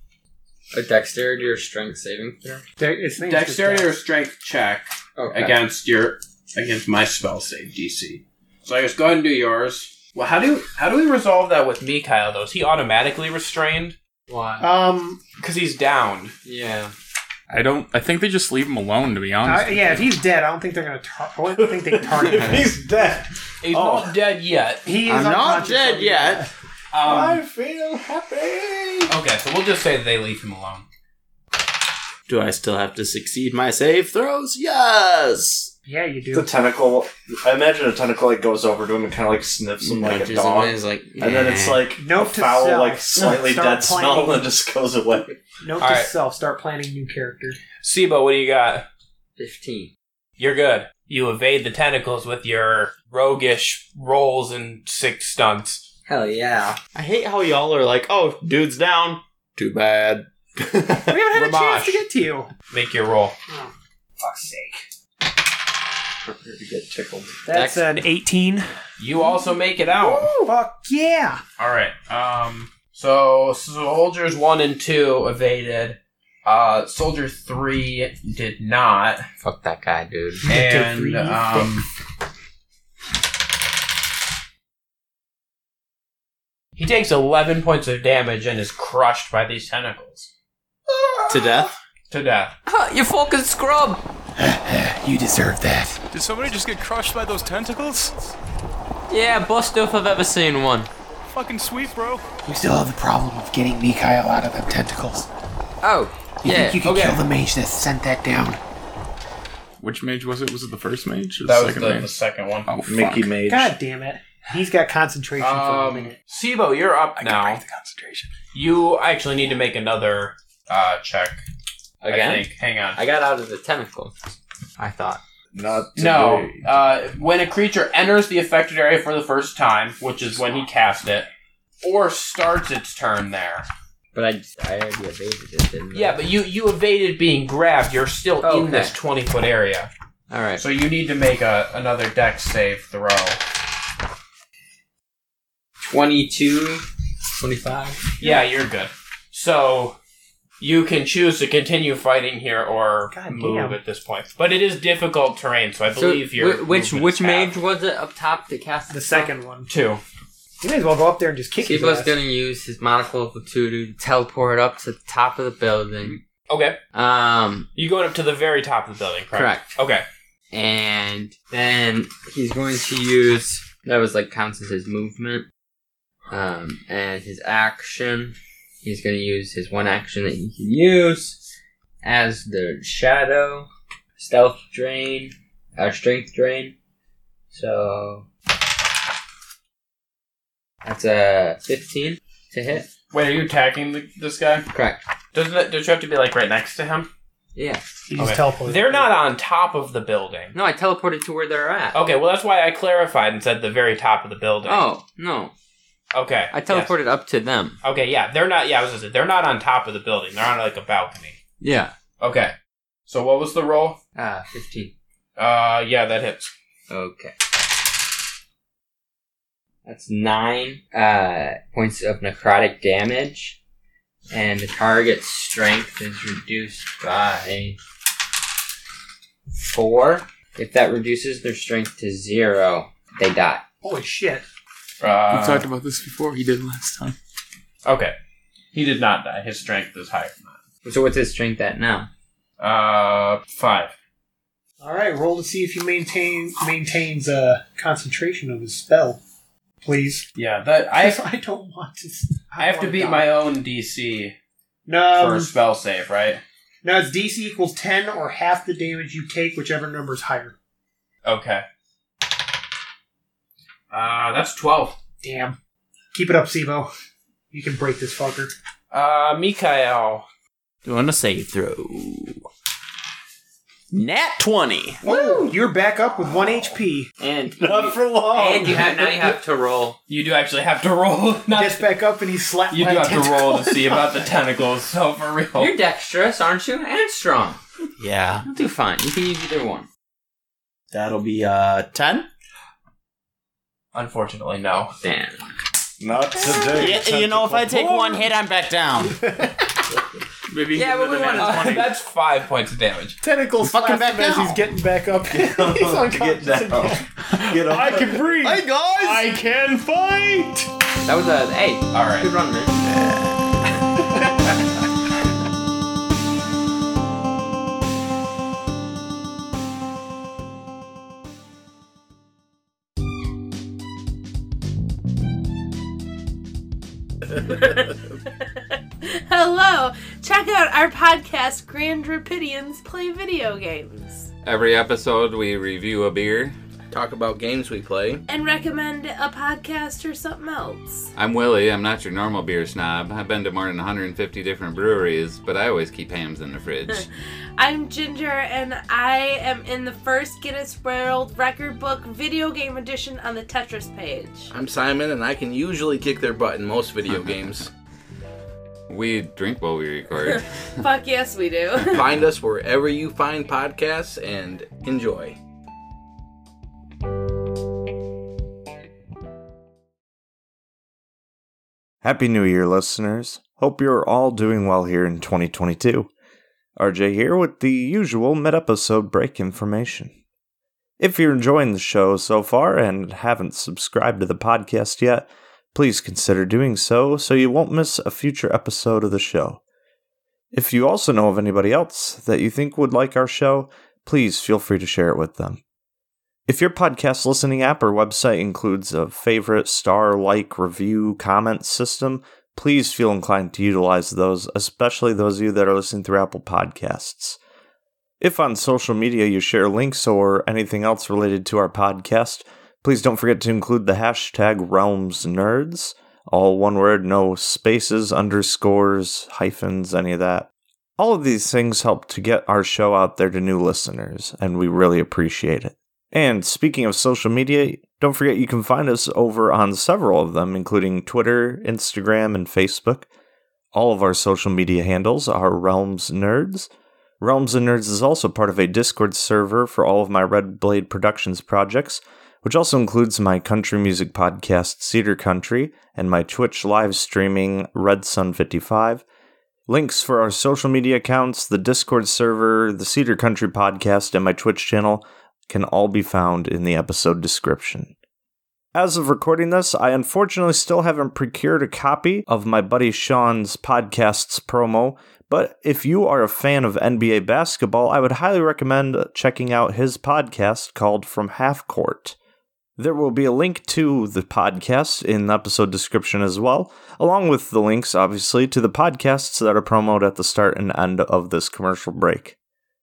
[SPEAKER 5] A dexterity or strength saving throw?
[SPEAKER 3] Dexterity or strength check
[SPEAKER 5] Okay.
[SPEAKER 3] against your against my spell save DC. So I guess go ahead and do yours. Well, how do how do we resolve that with me, Kyle? Though is he automatically restrained?
[SPEAKER 5] Why?
[SPEAKER 11] Um,
[SPEAKER 3] Because he's downed.
[SPEAKER 5] Yeah.
[SPEAKER 7] I don't. I think they just leave him alone. To be honest,
[SPEAKER 11] I, Uh, yeah, if he's dead, I don't think they're gonna. Tar- I don't think they target him.
[SPEAKER 9] he's dead.
[SPEAKER 3] He's
[SPEAKER 9] Oh.
[SPEAKER 3] not dead yet.
[SPEAKER 11] He is unconscious.
[SPEAKER 3] yet. Um,
[SPEAKER 9] feel happy.
[SPEAKER 3] okay, so we'll just say that they leave him alone.
[SPEAKER 13] Do I still have to succeed my save throws? Yes.
[SPEAKER 11] Yeah, you do.
[SPEAKER 9] The tentacle. I imagine a tentacle like goes over to him and kind of like sniffs him like a
[SPEAKER 5] Nudges
[SPEAKER 9] dog,
[SPEAKER 5] him and is like,
[SPEAKER 9] and then it's
[SPEAKER 5] "Nah."
[SPEAKER 9] like
[SPEAKER 11] Note
[SPEAKER 9] a
[SPEAKER 11] to
[SPEAKER 9] foul,
[SPEAKER 11] self.
[SPEAKER 9] like slightly
[SPEAKER 11] Start
[SPEAKER 9] dead
[SPEAKER 11] planning.
[SPEAKER 9] smell, and just goes away.
[SPEAKER 11] Note to
[SPEAKER 3] Alright.
[SPEAKER 11] self: start planning new character.
[SPEAKER 3] Sibo, what do you got?
[SPEAKER 5] fifteen.
[SPEAKER 3] You're good. You evade the tentacles with your roguish rolls and six stunts.
[SPEAKER 5] Hell yeah.
[SPEAKER 13] I hate how y'all are like, "Oh, dude's down." Too bad.
[SPEAKER 11] We haven't had a chance
[SPEAKER 3] Ramash.
[SPEAKER 11] to get to you.
[SPEAKER 3] Make your roll.
[SPEAKER 11] Oh, Fuck's sake.
[SPEAKER 9] Prepare to get tickled.
[SPEAKER 11] That's an eighteen.
[SPEAKER 3] You also make it out.
[SPEAKER 11] Fuck yeah!
[SPEAKER 3] All right. Um. So soldiers one and two evaded. Uh, soldier three did not,
[SPEAKER 5] Fuck that guy, dude.
[SPEAKER 3] and um. He takes eleven points of damage and is crushed by these tentacles
[SPEAKER 13] To death.
[SPEAKER 3] to death.
[SPEAKER 5] you fucking scrub!
[SPEAKER 17] You deserve that.
[SPEAKER 19] Did somebody just get crushed by those tentacles?
[SPEAKER 5] Yeah, bust if I've ever seen one.
[SPEAKER 19] Fucking sweet, bro.
[SPEAKER 17] You still have the problem of getting Mikhail out of them tentacles.
[SPEAKER 5] Oh,
[SPEAKER 17] You
[SPEAKER 5] yeah.
[SPEAKER 17] think you can
[SPEAKER 3] okay.
[SPEAKER 17] kill the mage that sent that down?
[SPEAKER 7] which mage was it? Was it the first mage? Or the
[SPEAKER 3] That was
[SPEAKER 7] second
[SPEAKER 3] the, the
[SPEAKER 7] mage?
[SPEAKER 3] second one.
[SPEAKER 7] Oh, fuck.
[SPEAKER 9] Mickey Mage.
[SPEAKER 11] God damn it! He's got concentration for a
[SPEAKER 3] Um,
[SPEAKER 11] minute.
[SPEAKER 3] Sibo, you're up
[SPEAKER 7] I can
[SPEAKER 3] now.
[SPEAKER 7] break the concentration.
[SPEAKER 3] You actually need to make another uh check. I
[SPEAKER 5] Again?
[SPEAKER 3] think. Hang on.
[SPEAKER 5] I got out of the tentacle. I thought.
[SPEAKER 9] Not
[SPEAKER 3] No.
[SPEAKER 9] today.
[SPEAKER 3] Uh, when a creature enters the affected area for the first time, which is when he cast it, or starts its turn there.
[SPEAKER 5] But I, I already evaded it, didn't I?
[SPEAKER 3] Yeah, but you you evaded being grabbed. You're still
[SPEAKER 5] Okay.
[SPEAKER 3] in this twenty foot area,
[SPEAKER 5] Alright.
[SPEAKER 3] so you need to make a another Dex save throw.
[SPEAKER 5] 22, 25.
[SPEAKER 3] Yeah, you're good. So you can choose to continue fighting here or
[SPEAKER 11] God
[SPEAKER 3] move
[SPEAKER 11] damn.
[SPEAKER 3] at this point. But it is difficult terrain, so I believe your
[SPEAKER 5] wh- which
[SPEAKER 3] movement
[SPEAKER 5] which
[SPEAKER 3] is half.
[SPEAKER 5] mage was it up top to cast
[SPEAKER 11] The second one.
[SPEAKER 3] two.
[SPEAKER 11] You may as well go up there and just kick his
[SPEAKER 5] Sibo's
[SPEAKER 11] ass.
[SPEAKER 5] gonna use his monocle of Latudu to teleport up to the top of the building.
[SPEAKER 3] Okay,
[SPEAKER 5] Um,
[SPEAKER 3] you going up to the very top of the building, correct?
[SPEAKER 5] Correct.
[SPEAKER 3] Okay.
[SPEAKER 5] and then he's going to use that was like counts as his movement, um, and his action. He's gonna use his one action that he can use as the shadow stealth drain, uh, strength drain. So that's a fifteen to hit.
[SPEAKER 3] Wait, are you attacking the, this guy?
[SPEAKER 5] Correct.
[SPEAKER 3] Doesn't it, don't you have to be like right next to him?
[SPEAKER 5] Yeah.
[SPEAKER 11] He just
[SPEAKER 3] Okay.
[SPEAKER 11] teleported.
[SPEAKER 3] They're not on top of the building.
[SPEAKER 5] No, I teleported to where they're at.
[SPEAKER 3] Okay, well that's why I clarified and said the very top of the building.
[SPEAKER 5] Oh no!
[SPEAKER 3] okay.
[SPEAKER 5] I
[SPEAKER 3] yes.
[SPEAKER 5] teleported up to them.
[SPEAKER 3] Okay, yeah, they're not. Yeah, I was just they're not on top of the building. They're on like a balcony.
[SPEAKER 5] Yeah.
[SPEAKER 3] Okay. So what was the roll?
[SPEAKER 5] Ah, fifteen.
[SPEAKER 3] Uh, yeah, that hits.
[SPEAKER 5] Okay. That's nine uh, points of necrotic damage, and the target's strength is reduced by four. If that reduces their strength to zero, they die.
[SPEAKER 11] Holy shit!
[SPEAKER 7] We
[SPEAKER 3] Uh,
[SPEAKER 7] talked about this before. He did last time.
[SPEAKER 3] okay. He did not die. His strength is higher than
[SPEAKER 5] So what's his strength at now?
[SPEAKER 3] that. Uh, five.
[SPEAKER 11] All right, roll to see if he maintain maintains uh, concentration of his spell, please.
[SPEAKER 3] Yeah, that I have,
[SPEAKER 11] I don't want to.
[SPEAKER 3] I have to beat my own DC
[SPEAKER 11] no.
[SPEAKER 3] for a spell save, right?
[SPEAKER 11] No, it's DC equals ten or half the damage you take, whichever number is higher.
[SPEAKER 3] Okay. Uh, that's 12.
[SPEAKER 11] Damn. Keep it up, Sibo. You can break this fucker.
[SPEAKER 3] Uh, Mikael.
[SPEAKER 13] Doing a save throw. Nat twenty.
[SPEAKER 11] Woo! You're back up with one HP.
[SPEAKER 5] And
[SPEAKER 9] Not for long.
[SPEAKER 5] and you
[SPEAKER 11] Oh.
[SPEAKER 5] have now you have to roll.
[SPEAKER 3] You do actually have to roll. Not
[SPEAKER 11] Gets back up and he's slapped.
[SPEAKER 3] you do
[SPEAKER 11] by
[SPEAKER 3] have
[SPEAKER 11] a
[SPEAKER 3] to roll to
[SPEAKER 11] tentacle.
[SPEAKER 3] see about the tentacles, so for real.
[SPEAKER 5] You're dexterous, aren't you? And strong.
[SPEAKER 13] Yeah,
[SPEAKER 5] You'll do fine. You can use either one.
[SPEAKER 13] that'll be uh ten.
[SPEAKER 3] Unfortunately, no.
[SPEAKER 5] Damn.
[SPEAKER 9] Not today.
[SPEAKER 2] Yeah, you know, if I take
[SPEAKER 3] Tentacle
[SPEAKER 2] one hit, I'm back down.
[SPEAKER 3] Maybe
[SPEAKER 2] Yeah, but we want to-
[SPEAKER 3] That's five points of damage.
[SPEAKER 20] Tentacles
[SPEAKER 2] Fucking
[SPEAKER 20] fucking
[SPEAKER 2] back
[SPEAKER 20] back as
[SPEAKER 2] down.
[SPEAKER 20] he's getting back up. he's unconscious. I can breathe. Hey guys, I can fight.
[SPEAKER 5] That was a hey.
[SPEAKER 3] All right.
[SPEAKER 5] Good run, man.
[SPEAKER 21] Hello! Check out our podcast, Grand Rapidians Play Video Games,
[SPEAKER 22] Every episode, we review a beer, talk about games we play.
[SPEAKER 21] and recommend a podcast or something else.
[SPEAKER 22] I'm Willie. I'm not your normal beer snob. I've been to more than 150 different breweries, but I always keep hams in the fridge.
[SPEAKER 21] I'm Ginger, and I am in the first Guinness World Record Book video game edition on the Tetris page.
[SPEAKER 22] I'm Simon, and I can usually kick their butt in most video games. we drink while we record.
[SPEAKER 21] Fuck yes, we do.
[SPEAKER 22] find us wherever you find podcasts, and enjoy.
[SPEAKER 1] Happy New Year, listeners. Hope you're all doing well here in 2022. RJ here with the usual mid episode break information. If you're enjoying the show so far and haven't subscribed to the podcast yet, please consider doing so so you won't miss a future episode of the show. If you also know of anybody else that you think would like our show, please feel free to share it with them. If your podcast listening app or website includes a favorite star, like, review, comment system, please feel inclined to utilize those, especially those of you that are listening through Apple Podcasts. If on social media you share links or anything else related to our podcast, please don't forget to include the hashtag RealmsNerds, all one word, no spaces, underscores, hyphens, any of that. All of these things help to get our show out there to new listeners, and we really appreciate it. And speaking of social media, don't forget you can find us over on several of them, including Twitter, Instagram, and Facebook. All of our social media handles are Realms Nerds. Realms and Nerds is also part of a Discord server for all of my Red Blade Productions projects, which also includes my country music podcast Cedar Country and my Twitch live streaming Red Sun 55. Links for our social media accounts, the Discord server, the Cedar Country podcast, and my Twitch channel can all be found in the episode description. As of recording this, I unfortunately still haven't procured a copy of my buddy Sean's podcast's promo, but if you are a fan of NBA basketball, I would highly recommend checking out his podcast called From Half Court. There will be a link to the podcast in the episode description as well, along with the links, obviously, to the podcasts that are promoted at the start and end of this commercial break.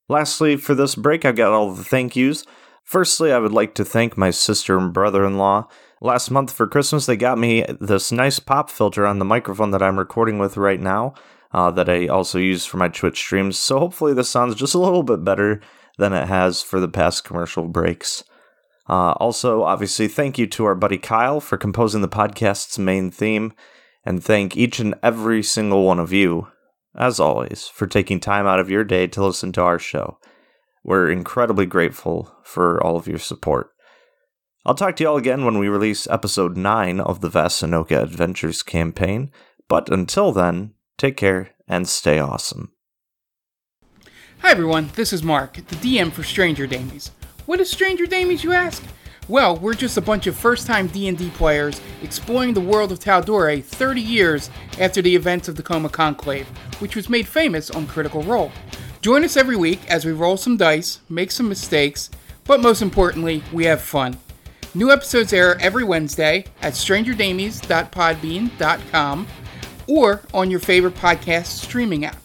[SPEAKER 1] Lastly, for this break, I got all the thank yous. Firstly, I would like to thank my sister and brother in law. Last month for Christmas, they got me this nice pop filter on the microphone that I'm recording with right now, uh, that I also use for my Twitch streams. So hopefully, this sounds just a little bit better than it has for the past commercial breaks. Uh, also, obviously, thank you to our buddy Kyle for composing the podcast's main theme, and thank each and every single one of you, as always, for taking time out of your day to listen to our show. We're incredibly grateful for all of your support. I'll talk to you all again when we release episode 9 of the Vasanoka Adventures campaign, but until then, take care and stay awesome.
[SPEAKER 20] Hi everyone, this is Mark, the DM for Stranger Damies. What is Stranger Damies, you ask? Well, we're just a bunch of first-time D&D players exploring the world of Taldore 30 years after the events of the Coma Conclave, which was made famous on Critical Role. Join us every week as we roll some dice, make some mistakes, but most importantly, we have fun. New episodes air every Wednesday at strangerdamies.podbean.com or on your favorite podcast streaming app.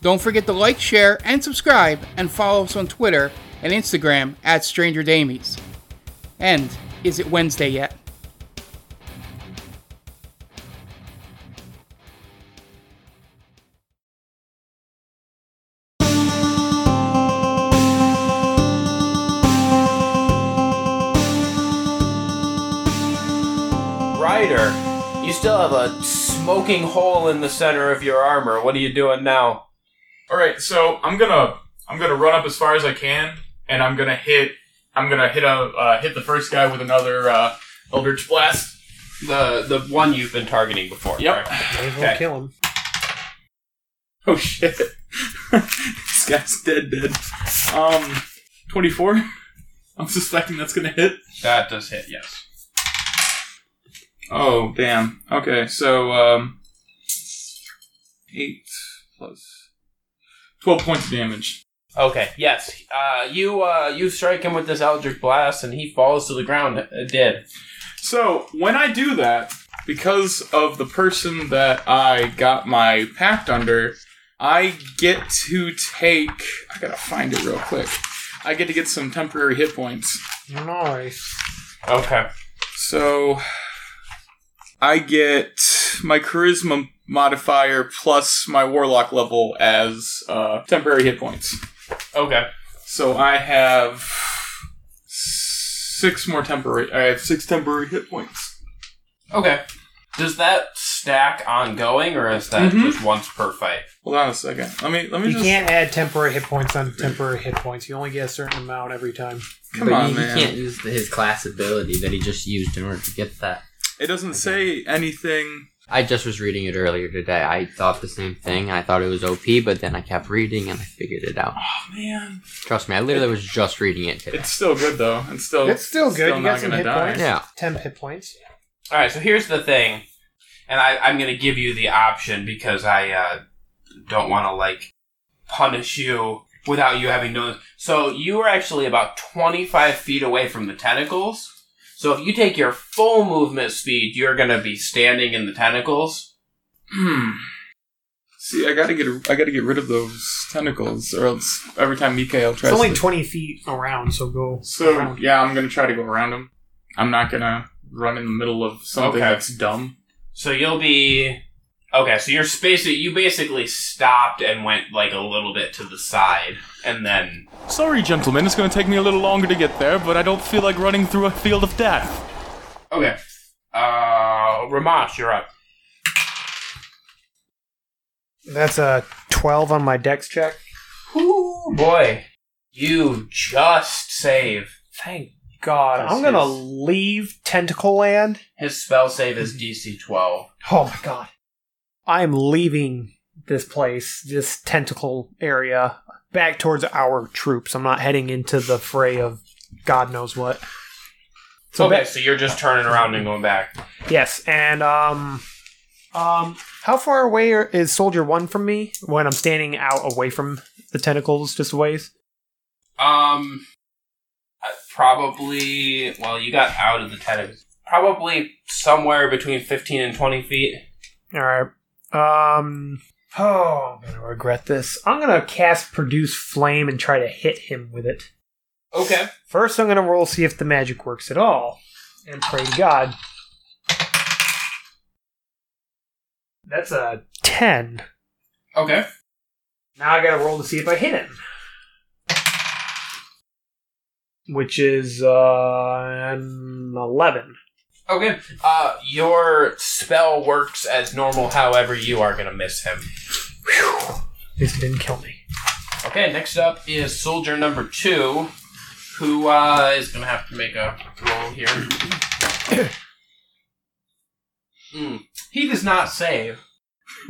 [SPEAKER 20] Don't forget to like, share, and subscribe, and follow us on Twitter and Instagram at Stranger Damies. And is it Wednesday yet?
[SPEAKER 3] Ryder, you still have a smoking hole in the center of your armor. What are you doing now?
[SPEAKER 6] All right, so I'm gonna I'm gonna run up as far as I can, and I'm gonna hit I'm gonna hit a uh, hit the first guy with another uh,
[SPEAKER 3] Eldritch Blast. The the one you've been targeting before. Yep.
[SPEAKER 11] Well, kill him.
[SPEAKER 6] Oh shit. this guy's dead dead. Um twenty four. I'm suspecting that's gonna hit.
[SPEAKER 3] That does hit. Yes.
[SPEAKER 6] Oh damn. Okay, so um eight plus twelve points of damage.
[SPEAKER 3] Okay. Yes. Uh, you uh, you strike him with this Eldritch Blast, and he falls to the ground uh, dead.
[SPEAKER 6] So when I do that, because of the person that I got my pact under, I get to take. I gotta find it real quick. I get to get some temporary hit points.
[SPEAKER 11] Nice.
[SPEAKER 3] Okay.
[SPEAKER 6] So I get my charisma modifier plus my warlock level as uh, temporary hit points.
[SPEAKER 3] Okay.
[SPEAKER 6] So I have six more temporary. I have six temporary hit points.
[SPEAKER 3] Okay. Does that stack ongoing, or is that
[SPEAKER 6] Mhm.
[SPEAKER 3] just once per fight?
[SPEAKER 6] Hold on a second. Let me let me
[SPEAKER 11] You
[SPEAKER 6] just.
[SPEAKER 11] can't add temporary hit points on temporary hit points. You only get a certain amount every time.
[SPEAKER 6] Come on, man.
[SPEAKER 5] He can't use the, his class ability that he just used in order to get that.
[SPEAKER 6] It doesn't say anything.
[SPEAKER 5] I just was reading it earlier today. I thought the same thing. I thought it was OP, but then I kept reading and I figured it out.
[SPEAKER 6] Oh, Man,
[SPEAKER 5] Trust me, I literally was just reading it today.
[SPEAKER 6] it's still good though. It's still
[SPEAKER 11] It's still good. you
[SPEAKER 6] not
[SPEAKER 11] got some
[SPEAKER 6] gonna
[SPEAKER 11] hit
[SPEAKER 6] die.
[SPEAKER 11] points.
[SPEAKER 5] Yeah.
[SPEAKER 11] Temp hit points.
[SPEAKER 3] All right. So here's the thing, and I, I'm going to give you the option because I uh, don't want to like punish you without you having known. So you are actually about 25 feet away from the tentacles. So if you take your full movement speed, you're going to be standing in the tentacles.
[SPEAKER 6] Hmm. See, I gotta get I gotta get rid of those tentacles, or else every time Mikael
[SPEAKER 11] It's
[SPEAKER 6] tries.
[SPEAKER 11] only
[SPEAKER 6] to,
[SPEAKER 11] twenty feet around, so go.
[SPEAKER 6] so
[SPEAKER 11] around.
[SPEAKER 6] yeah, I'm gonna try to go around him. I'm not gonna run in the middle of something
[SPEAKER 3] Okay.
[SPEAKER 6] that's dumb.
[SPEAKER 3] So you'll be okay. So you're basically you basically stopped and went like a little bit to the side, and then
[SPEAKER 19] Sorry, gentlemen, it's gonna take me a little longer to get there, but I don't feel like running through a field of death.
[SPEAKER 3] okay. Uh, Ramash, you're up.
[SPEAKER 11] That's a twelve on my dex check.
[SPEAKER 3] Ooh, Oh, boy, you just save.
[SPEAKER 11] Thank God. I'm gonna leave Tentacle Land.
[SPEAKER 3] His spell save is DC 12.
[SPEAKER 11] Oh my god. I'm leaving this place, this tentacle area, back towards our troops. I'm not heading into the fray of God knows what. So
[SPEAKER 3] okay,
[SPEAKER 11] back-
[SPEAKER 3] so you're just turning around and going back.
[SPEAKER 11] Yes, and um, um, how far away are- is Soldier One from me when I'm standing out away from the tentacles, just a ways?
[SPEAKER 3] Um, uh, probably. Well, you got out of the tenant. Probably somewhere between 15 and 20 feet.
[SPEAKER 11] All right. Um. Oh, I'm gonna regret this. I'm gonna cast Produce Flame and try to hit him with it.
[SPEAKER 3] Okay.
[SPEAKER 11] First, I'm gonna roll see if the magic works at all, and pray to God. That's a ten.
[SPEAKER 3] Okay.
[SPEAKER 11] Now I gotta roll to see if I hit him. Which is uh, an eleven.
[SPEAKER 3] Okay. Uh, your spell works as normal. However, you are gonna miss him.
[SPEAKER 11] At least it didn't kill me.
[SPEAKER 3] Okay. Next up is soldier number two, who uh, is gonna have to make a roll here. Hmm. He does not save.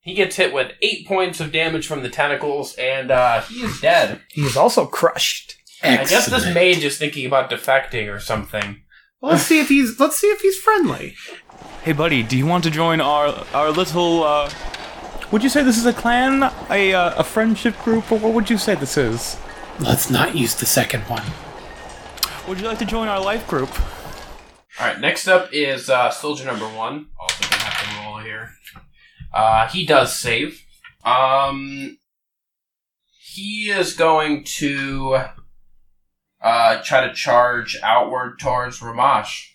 [SPEAKER 3] He gets hit with eight points of damage from the tentacles, and uh, he is dead.
[SPEAKER 11] He is also crushed.
[SPEAKER 3] I guess this mage is thinking about defecting or something.
[SPEAKER 11] let's see if he's let's see if he's friendly.
[SPEAKER 19] Hey, buddy, do you want to join our our little? uh... Would you say this is a clan, a uh, a friendship group, or what would you say this is?
[SPEAKER 17] Let's not use the second one.
[SPEAKER 19] Would you like to join our life group?
[SPEAKER 3] All right, next up is uh, soldier number one. Also gonna have to roll here. Uh, he does save. Um, he is going to uh, try to charge outward towards Ramash.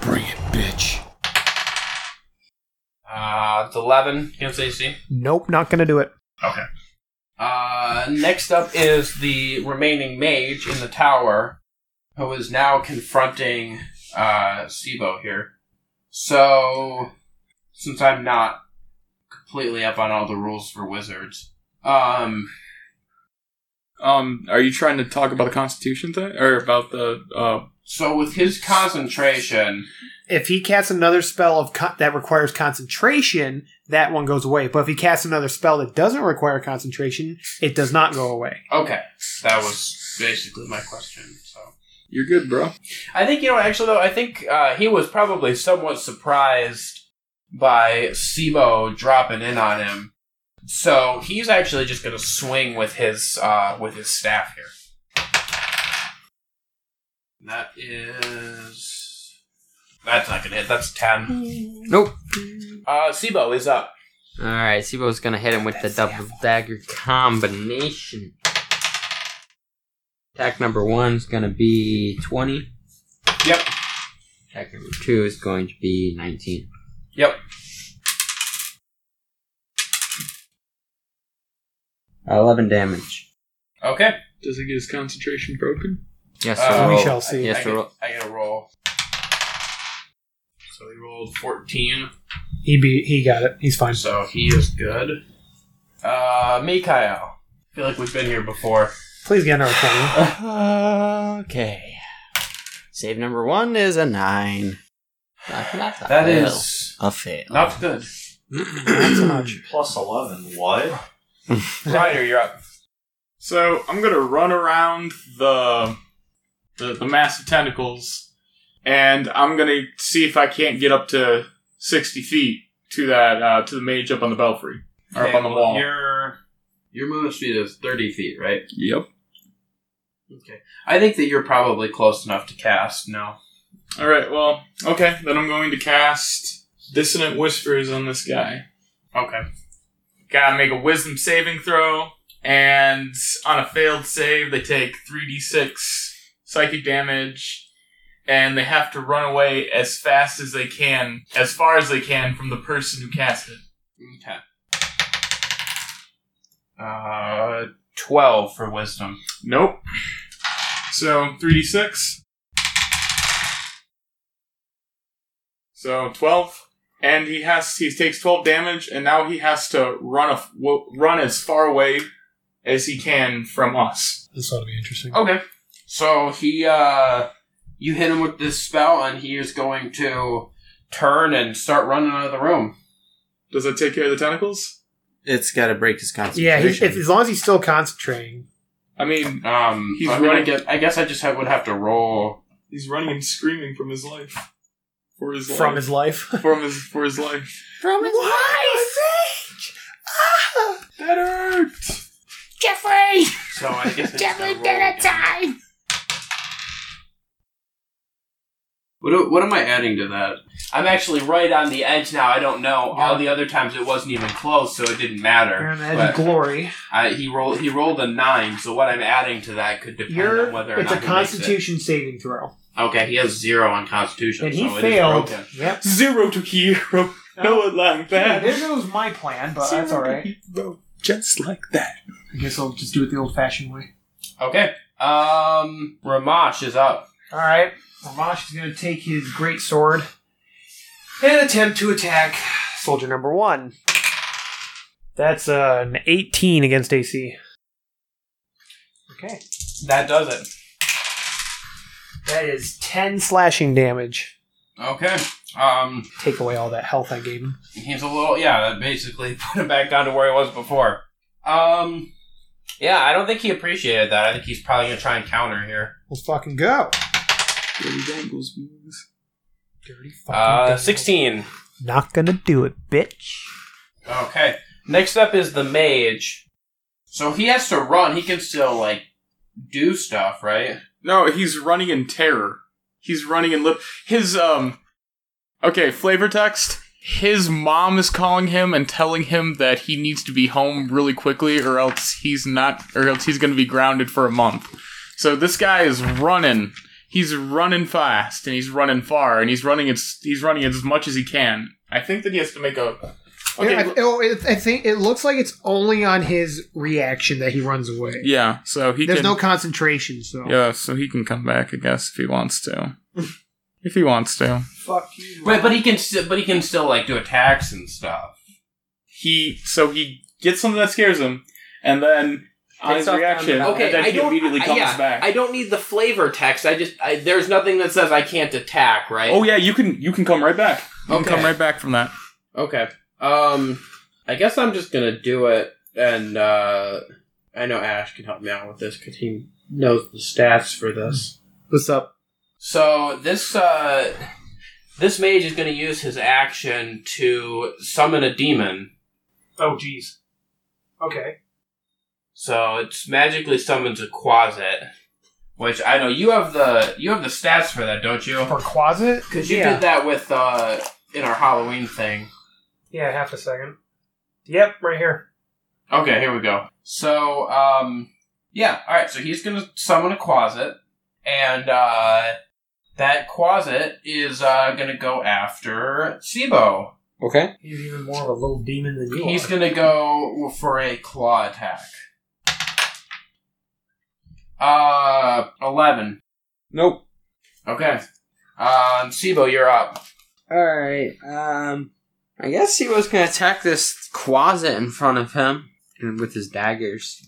[SPEAKER 17] Bring it, bitch.
[SPEAKER 3] Uh, it's eleven against AC.
[SPEAKER 11] Nope, not gonna do it.
[SPEAKER 3] Okay. Uh, next up is the remaining mage in the tower, who is now confronting uh, Sibo here. So, since I'm not completely up on all the rules for wizards, um,
[SPEAKER 6] Um, are you trying to talk about the Constitution thing, or about the? Uh,
[SPEAKER 3] so with his concentration,
[SPEAKER 11] If he casts another spell of con- that requires concentration, that one goes away. But if he casts another spell that doesn't require concentration, it does not go away.
[SPEAKER 3] Okay, that was basically my question. So
[SPEAKER 6] you're good, bro.
[SPEAKER 3] I think you know. Actually, though, I think uh, he was probably somewhat surprised by Sibo dropping in on him. So he's actually just going to swing with his uh, with his staff here. That is. That's not going to hit. That's ten.
[SPEAKER 5] Nope.
[SPEAKER 3] Uh, Sibo is up.
[SPEAKER 5] All right, Sibo's gonna hit him with the double dagger combination. Attack number one is gonna be twenty.
[SPEAKER 3] Yep.
[SPEAKER 5] Attack number two is going to be nineteen.
[SPEAKER 3] Yep.
[SPEAKER 5] Eleven damage.
[SPEAKER 3] Okay.
[SPEAKER 6] Does it get his concentration broken?
[SPEAKER 5] Yes,
[SPEAKER 3] Uh,
[SPEAKER 5] sir.
[SPEAKER 3] roll.
[SPEAKER 5] He has
[SPEAKER 3] I,
[SPEAKER 5] to
[SPEAKER 3] get-
[SPEAKER 5] roll.
[SPEAKER 3] I get a roll. So he rolled fourteen.
[SPEAKER 11] He be he got it. He's fine.
[SPEAKER 3] So he is good. Uh, Mikhail. I feel like we've been here before.
[SPEAKER 11] Please get another twenty.
[SPEAKER 3] Uh,
[SPEAKER 13] Okay. Save number one is a nine. That is
[SPEAKER 3] That is
[SPEAKER 13] a fail.
[SPEAKER 3] not good.
[SPEAKER 9] That's much. Plus 11, what?
[SPEAKER 3] Ryder, you're up.
[SPEAKER 6] So I'm gonna run around the the, the mass of tentacles, and I'm gonna see if I can't get up to sixty feet to that uh, to the mage up on the belfry or up
[SPEAKER 3] Okay,
[SPEAKER 6] on the
[SPEAKER 3] well,
[SPEAKER 6] wall.
[SPEAKER 3] Your your movement speed is thirty feet, right?
[SPEAKER 6] Yep.
[SPEAKER 3] Okay. I think that you're probably close enough to cast. No.
[SPEAKER 6] All right. Well, okay. Then I'm going to cast dissonant whispers on this guy.
[SPEAKER 3] Okay.
[SPEAKER 6] Gotta make a wisdom saving throw, and on a failed save, they take 3d6 psychic damage, and they have to run away as fast as they can, as far as they can from the person who cast it.
[SPEAKER 3] Okay. Uh, twelve for wisdom.
[SPEAKER 6] Nope. So 3d6. So 12, and he has he takes 12 damage, and now he has to run a f- wo- run as far away as he can from us.
[SPEAKER 11] This ought to be interesting.
[SPEAKER 3] Okay. So he, uh, you hit him with this spell, and he is going to turn and start running out of the room.
[SPEAKER 6] Does that take care of the tentacles?
[SPEAKER 13] It's got to break his
[SPEAKER 11] Yeah,
[SPEAKER 13] concentration.
[SPEAKER 11] he, if, as long as he's still concentrating.
[SPEAKER 6] I mean,
[SPEAKER 3] Um,
[SPEAKER 6] He's
[SPEAKER 3] I, mean, I,
[SPEAKER 6] running-
[SPEAKER 3] guess, I guess I just have, would have to roll.
[SPEAKER 6] he's running and screaming from his life, for his
[SPEAKER 11] From
[SPEAKER 6] life.
[SPEAKER 11] his life.
[SPEAKER 6] from his for his life.
[SPEAKER 2] From his
[SPEAKER 6] Ah, that hurt.
[SPEAKER 2] Jeffrey!
[SPEAKER 3] So I guess I just gotta
[SPEAKER 2] Jeffrey
[SPEAKER 3] roll
[SPEAKER 2] did it
[SPEAKER 3] again.
[SPEAKER 2] time!
[SPEAKER 3] What, do- what am I adding to that? I'm actually right on the edge now. I don't know. All the other times it wasn't even close, so it didn't matter.
[SPEAKER 11] You're on the edge
[SPEAKER 3] But
[SPEAKER 11] of glory.
[SPEAKER 3] I, he rolled. He rolled a nine. So what I'm adding to that could depend
[SPEAKER 11] You're,
[SPEAKER 3] on whether or
[SPEAKER 11] it's a
[SPEAKER 3] not he makes it.
[SPEAKER 11] constitution saving throw.
[SPEAKER 3] Okay, he has zero on Constitution,
[SPEAKER 11] And
[SPEAKER 3] so
[SPEAKER 11] he
[SPEAKER 3] it is
[SPEAKER 11] failed.
[SPEAKER 3] broken.
[SPEAKER 11] Yep.
[SPEAKER 6] Zero to hero. No one like
[SPEAKER 11] Yeah,
[SPEAKER 6] that.
[SPEAKER 11] there goes my plan, but that's all right.
[SPEAKER 6] Just like that.
[SPEAKER 11] I guess I'll just do it the old-fashioned way.
[SPEAKER 3] Okay. Um, Ramash is up.
[SPEAKER 11] All right, Ramash is going to take his great sword and attempt to attack soldier number one. That's uh, an 18 against AC. Okay.
[SPEAKER 3] That does it.
[SPEAKER 11] That is 10 slashing damage.
[SPEAKER 3] Okay. Um,
[SPEAKER 11] Take away all that health I gave him.
[SPEAKER 3] he's a little. Yeah, that basically put him back down to where he was before. Um, yeah, I don't think he appreciated that. I think he's probably gonna try and counter here.
[SPEAKER 11] Let's fucking go.
[SPEAKER 6] Dirty dangles, boys.
[SPEAKER 11] Dirty fucking
[SPEAKER 3] Uh,
[SPEAKER 11] dang.
[SPEAKER 3] sixteen.
[SPEAKER 11] Not gonna do it, bitch.
[SPEAKER 3] Okay. Next up is the mage. So he has to run. He can still like do stuff, right?
[SPEAKER 6] No, he's running in terror. He's running in lip. His um. Okay, flavor text. His mom is calling him and telling him that he needs to be home really quickly, or else he's not, or else he's going to be grounded for a month. So this guy is running. He's running fast and he's running far and he's running as he's running as much as he can. I think that he has to make a. Okay,
[SPEAKER 11] I, oh, it, I think it looks like it's only on his reaction that he runs away.
[SPEAKER 6] yeah. So he
[SPEAKER 11] There's
[SPEAKER 6] can.
[SPEAKER 11] no concentration, so
[SPEAKER 6] yeah, so he can come back, I guess, if he wants to. if he wants to.
[SPEAKER 11] fuck you.
[SPEAKER 3] Wait, but he can. St- but he can still like do attacks and stuff.
[SPEAKER 6] he so he gets something that scares him, and then On his reaction, Hideki immediately comes
[SPEAKER 3] yeah,
[SPEAKER 6] back.
[SPEAKER 3] I don't need the flavor text. I just I, there's nothing that says I can't attack, right?
[SPEAKER 19] Oh yeah, you can you can come right back. You
[SPEAKER 3] Okay.
[SPEAKER 19] can come right back from that.
[SPEAKER 3] Okay. Um, I guess I'm just gonna do it, and uh, I know Ash can help me out with this because he knows the stats for this.
[SPEAKER 5] What's up?
[SPEAKER 3] So this uh, this mage is gonna use his action to summon a demon.
[SPEAKER 11] Oh, jeez. Okay.
[SPEAKER 3] So it's magically summons a quasit, which I know you have the you have the stats for that, don't you?
[SPEAKER 11] For Quasit?
[SPEAKER 3] Because you
[SPEAKER 11] Yeah.
[SPEAKER 3] did that with uh, in our Halloween thing.
[SPEAKER 11] Yeah, half a second. Yep, right here.
[SPEAKER 3] Okay, here we go. So, um, yeah, all right. So he's gonna summon a quasit, and uh, that quasit is uh, gonna go after Sibo.
[SPEAKER 5] Okay.
[SPEAKER 11] He's even more of a little demon than you
[SPEAKER 3] He's
[SPEAKER 11] are.
[SPEAKER 3] gonna go for a claw attack. Uh, eleven.
[SPEAKER 19] Nope.
[SPEAKER 3] Okay. Um, Sibo, you're up.
[SPEAKER 5] Alright, um I guess he was gonna attack this closet in front of him and with his daggers.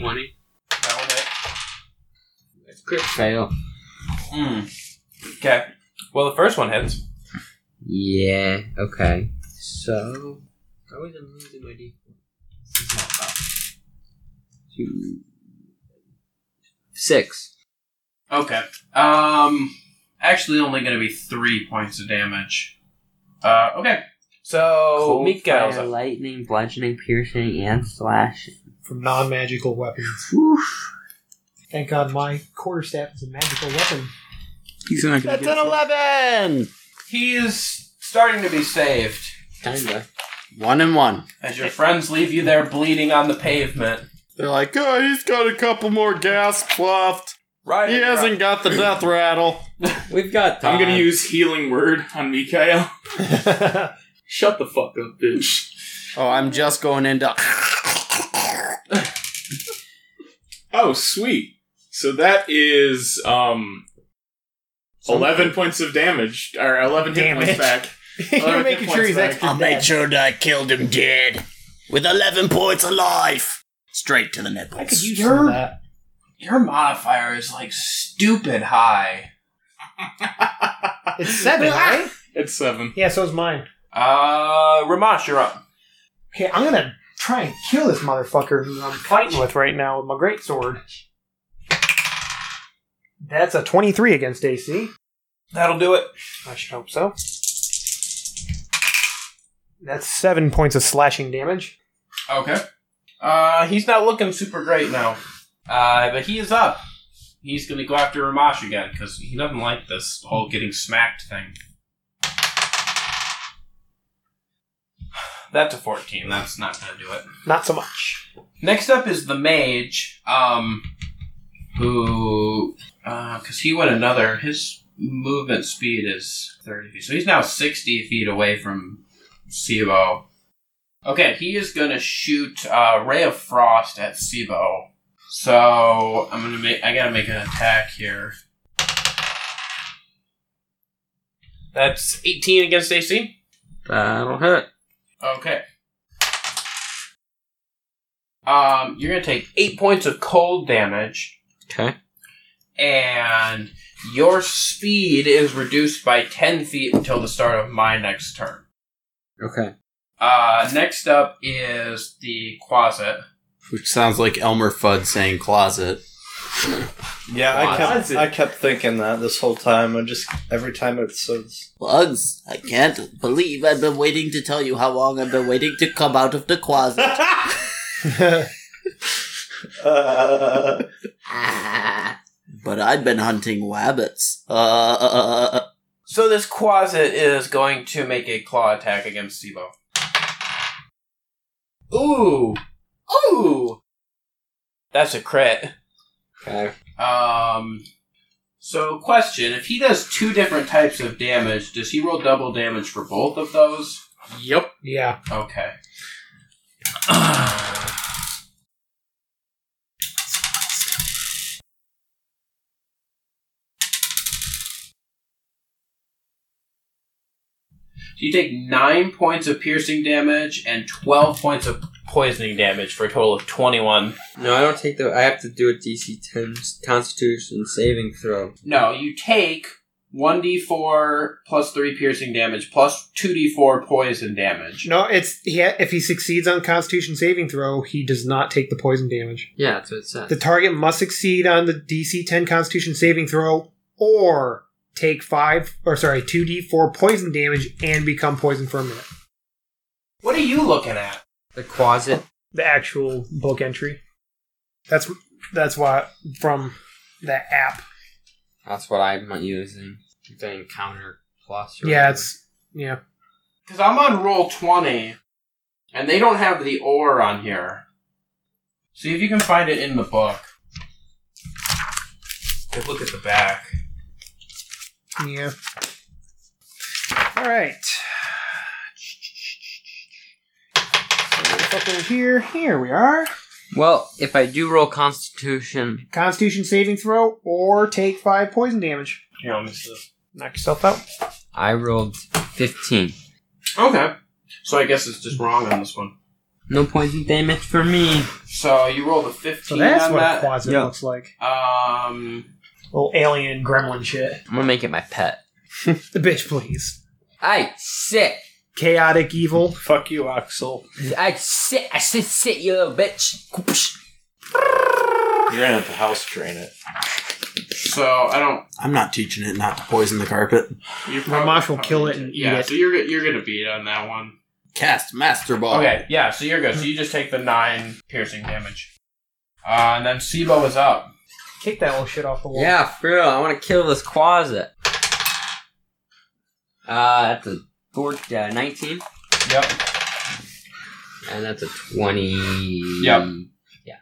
[SPEAKER 5] Twenty.
[SPEAKER 3] That one hit.
[SPEAKER 5] Crit fail.
[SPEAKER 3] Hmm. Okay. Well, the first one hits.
[SPEAKER 5] Yeah, okay. So I was losing my D. Six.
[SPEAKER 3] Okay. Um, actually, only going to be three points of damage. Uh, okay. So
[SPEAKER 5] Cold
[SPEAKER 3] Mikael's
[SPEAKER 5] fire,
[SPEAKER 3] up.
[SPEAKER 5] lightning, bludgeoning, piercing, and slashing.
[SPEAKER 11] From non magical weapons. Thank God my quarterstaff is a magical weapon.
[SPEAKER 19] He's not
[SPEAKER 11] gonna That's
[SPEAKER 19] get
[SPEAKER 11] an
[SPEAKER 13] eleven.
[SPEAKER 3] He's starting to be saved
[SPEAKER 5] Kinda.
[SPEAKER 13] One and one.
[SPEAKER 3] as your friends leave you there bleeding on the pavement.
[SPEAKER 19] They're like, oh, he's got a couple more gasps left.
[SPEAKER 3] Right.
[SPEAKER 19] He hasn't got the death rattle.
[SPEAKER 5] We've got
[SPEAKER 6] I'm gonna use healing word on Mikael.
[SPEAKER 3] Shut the fuck up, bitch.
[SPEAKER 13] Oh, I'm just going into.
[SPEAKER 6] Oh, sweet. So that is um eleven points of damage, or eleven hit points
[SPEAKER 2] Damage.
[SPEAKER 6] back. 11 hit points back.
[SPEAKER 2] I'll make sure that I killed him dead. With 11 points of life. Straight to the nipples. I could
[SPEAKER 3] use some of You're- Your modifier is like stupid high.
[SPEAKER 11] It's seven, right?
[SPEAKER 6] It's seven.
[SPEAKER 11] Yeah, so is mine.
[SPEAKER 3] Uh, Ramash, you're up.
[SPEAKER 11] Okay, I'm gonna try and kill this motherfucker who I'm fighting with right now with my greatsword. That's a 23 against AC.
[SPEAKER 3] That'll do it.
[SPEAKER 11] I should hope so. That's seven points of slashing damage.
[SPEAKER 3] Okay. Uh, he's not looking super great now. Uh, but he is up. He's gonna go after Ramash again because he doesn't like this whole getting smacked thing. That's a fourteen. That's not gonna do it.
[SPEAKER 11] Not so much.
[SPEAKER 3] Next up is the mage, um, who, because Uh, he went another. His movement speed is thirty feet, so he's now sixty feet away from Sibo. Okay, he is gonna shoot uh, ray of frost at Sibo. So I'm gonna make. I gotta make an attack here. That's eighteen against AC.
[SPEAKER 5] That'll hit.
[SPEAKER 3] Okay. Um, you're gonna take eight points of cold damage,
[SPEAKER 5] Okay.
[SPEAKER 3] and your speed is reduced by ten feet until the start of my next turn.
[SPEAKER 5] Okay.
[SPEAKER 3] Uh, next up is the Quasit.
[SPEAKER 13] Which sounds like Elmer Fudd saying closet.
[SPEAKER 9] Yeah, I kept
[SPEAKER 3] Closet.
[SPEAKER 9] I kept thinking that this whole time. I just every time it says
[SPEAKER 2] Bugs, I can't believe I've been waiting to tell you how long I've been waiting to come out of the closet.
[SPEAKER 13] But I've been hunting wabbits. Uh, uh, uh, uh,
[SPEAKER 3] So this Quasit is going to make a claw attack against Sibo. Ooh, ooh, that's a crit.
[SPEAKER 5] Okay.
[SPEAKER 3] Um. So, question: If he does two different types of damage, does he roll double damage for both of those? Yep.
[SPEAKER 11] Yeah.
[SPEAKER 3] Okay. So you take nine points of piercing damage and twelve points of poisoning damage for a total of 21.
[SPEAKER 5] No, I don't take the. I have to do a DC 10 Constitution saving throw.
[SPEAKER 3] No, you take 1d4 plus 3 piercing damage plus 2d4 poison damage.
[SPEAKER 11] No, it's he, if he succeeds on Constitution saving throw, he does not take the poison damage.
[SPEAKER 5] Yeah, that's what it says.
[SPEAKER 11] The target must succeed on the DC 10 Constitution saving throw or take 5 or sorry, 2d4 poison damage and become poisoned for a minute.
[SPEAKER 3] What are you looking at?
[SPEAKER 5] The quasit.
[SPEAKER 11] The actual book entry. That's that's why from the app.
[SPEAKER 5] That's what I'm using. The encounter plus. or
[SPEAKER 11] Yeah,
[SPEAKER 5] whatever.
[SPEAKER 11] it's yeah.
[SPEAKER 3] Because I'm on roll 20, and they don't have the ore on here. See if you can find it in the book. Good look at the back.
[SPEAKER 11] Yeah. All right. So it's up over here. Here we are.
[SPEAKER 5] Well, if I do roll Constitution,
[SPEAKER 11] Constitution saving throw or take five poison damage. Yeah, I'll miss this. Knock yourself out.
[SPEAKER 5] I rolled 15.
[SPEAKER 3] Okay. So I guess it's just wrong on this one.
[SPEAKER 5] No poison damage for me.
[SPEAKER 3] So you roll the 15
[SPEAKER 11] So that's
[SPEAKER 3] on
[SPEAKER 11] what
[SPEAKER 3] that.
[SPEAKER 11] a quasit looks like.
[SPEAKER 3] Um,
[SPEAKER 11] Little alien gremlin shit.
[SPEAKER 5] I'm gonna make it my pet.
[SPEAKER 11] the bitch, please.
[SPEAKER 5] I sit.
[SPEAKER 11] Chaotic evil.
[SPEAKER 6] Fuck you, Axel.
[SPEAKER 5] I sit. I sit. Sit, you little bitch.
[SPEAKER 6] You're gonna have to house train it.
[SPEAKER 3] so I don't.
[SPEAKER 13] I'm not teaching it not to poison the carpet.
[SPEAKER 3] You're
[SPEAKER 11] My mosh will kill it and eat
[SPEAKER 3] Yeah,
[SPEAKER 11] it.
[SPEAKER 3] so you're, you're gonna beat on that one.
[SPEAKER 13] Cast Master Ball.
[SPEAKER 3] Okay, yeah, so you're good. So you just take the 9 piercing damage. Uh, and then Sibo is up.
[SPEAKER 11] Kick that little shit off the wall.
[SPEAKER 5] Yeah, for real. I want to kill this quasit. Uh, that's a four, uh, 19.
[SPEAKER 3] Yep.
[SPEAKER 5] And that's a 20.
[SPEAKER 3] Yep.
[SPEAKER 5] Yeah.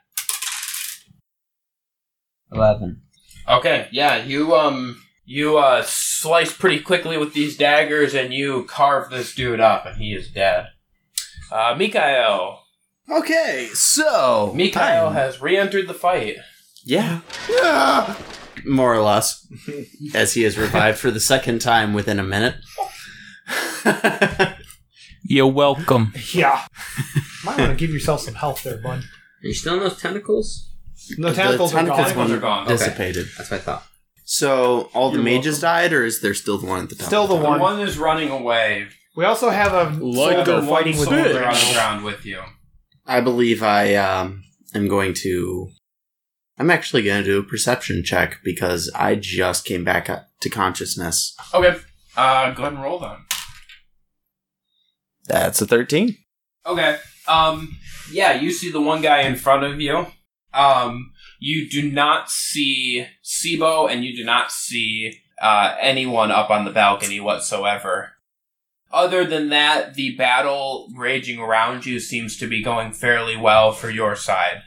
[SPEAKER 5] 11.
[SPEAKER 3] Okay, yeah, you um you uh slice pretty quickly with these daggers and you carve this dude up and he is dead. Uh Mikael.
[SPEAKER 13] Okay, so
[SPEAKER 3] Mikael
[SPEAKER 13] I'm-
[SPEAKER 3] has re-entered the fight.
[SPEAKER 13] Yeah. Yeah. More or less. as he is revived for the second time within a minute.
[SPEAKER 23] You're welcome.
[SPEAKER 11] Yeah. Might want to give yourself some health there, bud.
[SPEAKER 5] Are you still in those tentacles?
[SPEAKER 11] No tentacles, are gone.
[SPEAKER 13] dissipated.
[SPEAKER 5] That's what I thought.
[SPEAKER 13] So all the
[SPEAKER 11] You're
[SPEAKER 13] mages died, or is there still the one at the top?
[SPEAKER 11] Still the
[SPEAKER 3] The
[SPEAKER 11] one.
[SPEAKER 3] one is running away.
[SPEAKER 11] We also have a
[SPEAKER 3] Like
[SPEAKER 11] soldier
[SPEAKER 3] a
[SPEAKER 11] fighting with
[SPEAKER 3] soldier
[SPEAKER 11] Wolverine.
[SPEAKER 3] on the ground with you.
[SPEAKER 13] I believe I um, am going to. I'm actually going to do a perception check because I just came back up to consciousness.
[SPEAKER 3] Okay. Uh go ahead and roll then.
[SPEAKER 13] That's a 13.
[SPEAKER 3] Okay. Um yeah, you see the one guy in front of you. Um you do not see Sibo and you do not see uh anyone up on the balcony whatsoever. Other than that, the battle raging around you seems to be going fairly well for your side.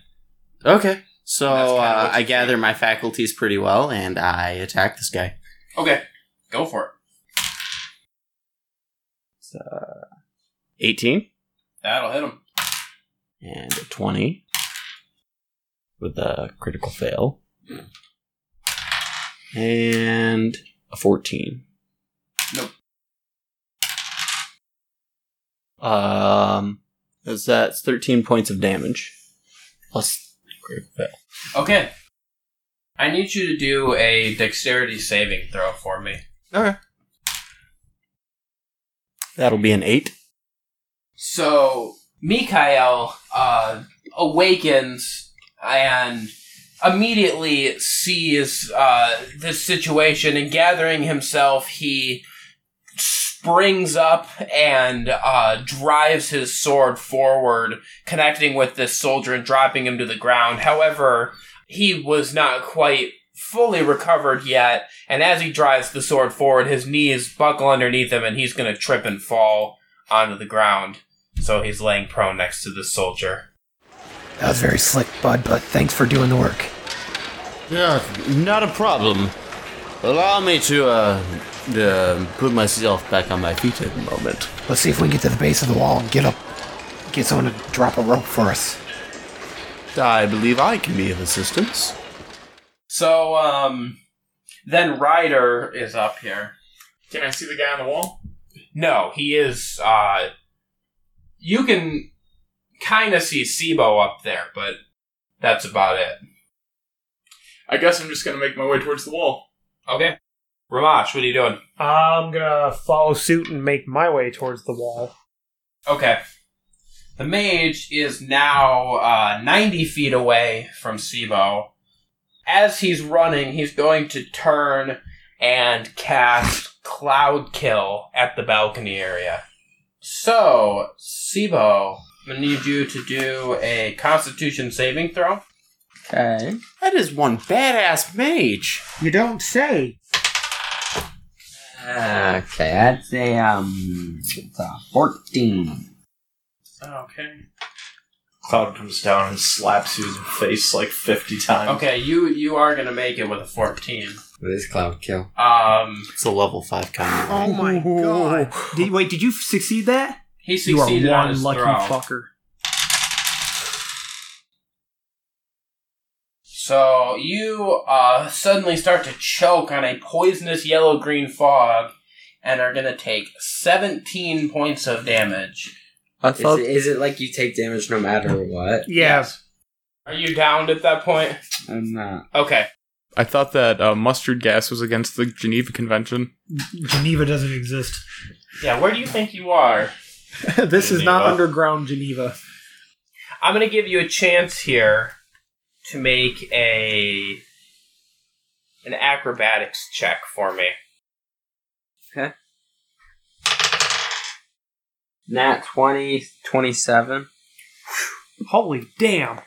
[SPEAKER 13] Okay. So uh, I gather my faculties pretty well and I attack this guy.
[SPEAKER 3] Okay. Go for it.
[SPEAKER 13] So, 18
[SPEAKER 3] That'll hit him.
[SPEAKER 13] and a 20 with a critical fail. And a 14.
[SPEAKER 3] Nope.
[SPEAKER 13] Um, is that's 13 points of damage. Plus critical fail.
[SPEAKER 3] Okay. I need you to do a dexterity saving throw for me.
[SPEAKER 13] Okay. That'll be an 8.
[SPEAKER 3] So Mikael uh, awakens and immediately sees uh, this situation, and gathering himself, he springs up and uh, drives his sword forward, connecting with this soldier and dropping him to the ground. However, he was not quite fully recovered yet, and as he drives the sword forward, his knees buckle underneath him, and he's going to trip and fall onto the ground. So he's laying prone next to the soldier.
[SPEAKER 24] That was very slick, bud, but thanks for doing the work.
[SPEAKER 13] Yeah, not a problem. Allow me to uh, uh, put myself back on my feet at the moment.
[SPEAKER 24] Let's see if we can get to the base of the wall and get up. Get someone to drop a rope for us.
[SPEAKER 13] I believe I can be of assistance.
[SPEAKER 3] So, um, then Ryder is up here.
[SPEAKER 25] Can I see the guy on the wall?
[SPEAKER 3] No, he is, uh, you can
[SPEAKER 26] kind of see Sibo up there, but that's about it.
[SPEAKER 27] I guess I'm just gonna make my way towards the wall.
[SPEAKER 26] Okay. Ramash, what are you doing?
[SPEAKER 11] I'm gonna follow suit and make my way towards the wall.
[SPEAKER 3] Okay. The mage is now uh, 90 feet away from Sibo. As he's running, he's going to turn and cast Cloud Kill at the balcony area. So, Sibo, I'm going to need you to do a Constitution saving throw.
[SPEAKER 13] Okay. That is one badass mage.
[SPEAKER 11] You don't say.
[SPEAKER 5] Uh, Okay, that's a um, it's a fourteen.
[SPEAKER 27] Okay.
[SPEAKER 4] Cloud comes down and slaps you in the face like 50 times.
[SPEAKER 3] Okay, you you are going to make it with a 14.
[SPEAKER 5] This cloud kill.
[SPEAKER 3] Um,
[SPEAKER 13] It's a level five combat.
[SPEAKER 3] Oh my
[SPEAKER 28] god! Did, wait, did you succeed that?
[SPEAKER 3] He succeeded
[SPEAKER 28] you are
[SPEAKER 3] on
[SPEAKER 28] one
[SPEAKER 3] his
[SPEAKER 28] lucky
[SPEAKER 3] throw.
[SPEAKER 28] fucker.
[SPEAKER 3] So you uh, suddenly start to choke on a poisonous yellow green fog and are going to take 17 points of damage.
[SPEAKER 5] I
[SPEAKER 3] thought-
[SPEAKER 5] is, it- is it like you take damage no matter what?
[SPEAKER 3] Yes. Are you downed at that point?
[SPEAKER 5] I'm not.
[SPEAKER 3] Okay.
[SPEAKER 6] I thought that uh, mustard gas was against the Geneva Convention.
[SPEAKER 28] Geneva doesn't exist.
[SPEAKER 3] Yeah, where do you think you are?
[SPEAKER 28] this is not
[SPEAKER 3] Geneva.
[SPEAKER 28] underground Geneva.
[SPEAKER 3] I'm going to give you a chance here to make a an acrobatics check for me.
[SPEAKER 5] Okay. Nat 20, 27.
[SPEAKER 11] Holy damn.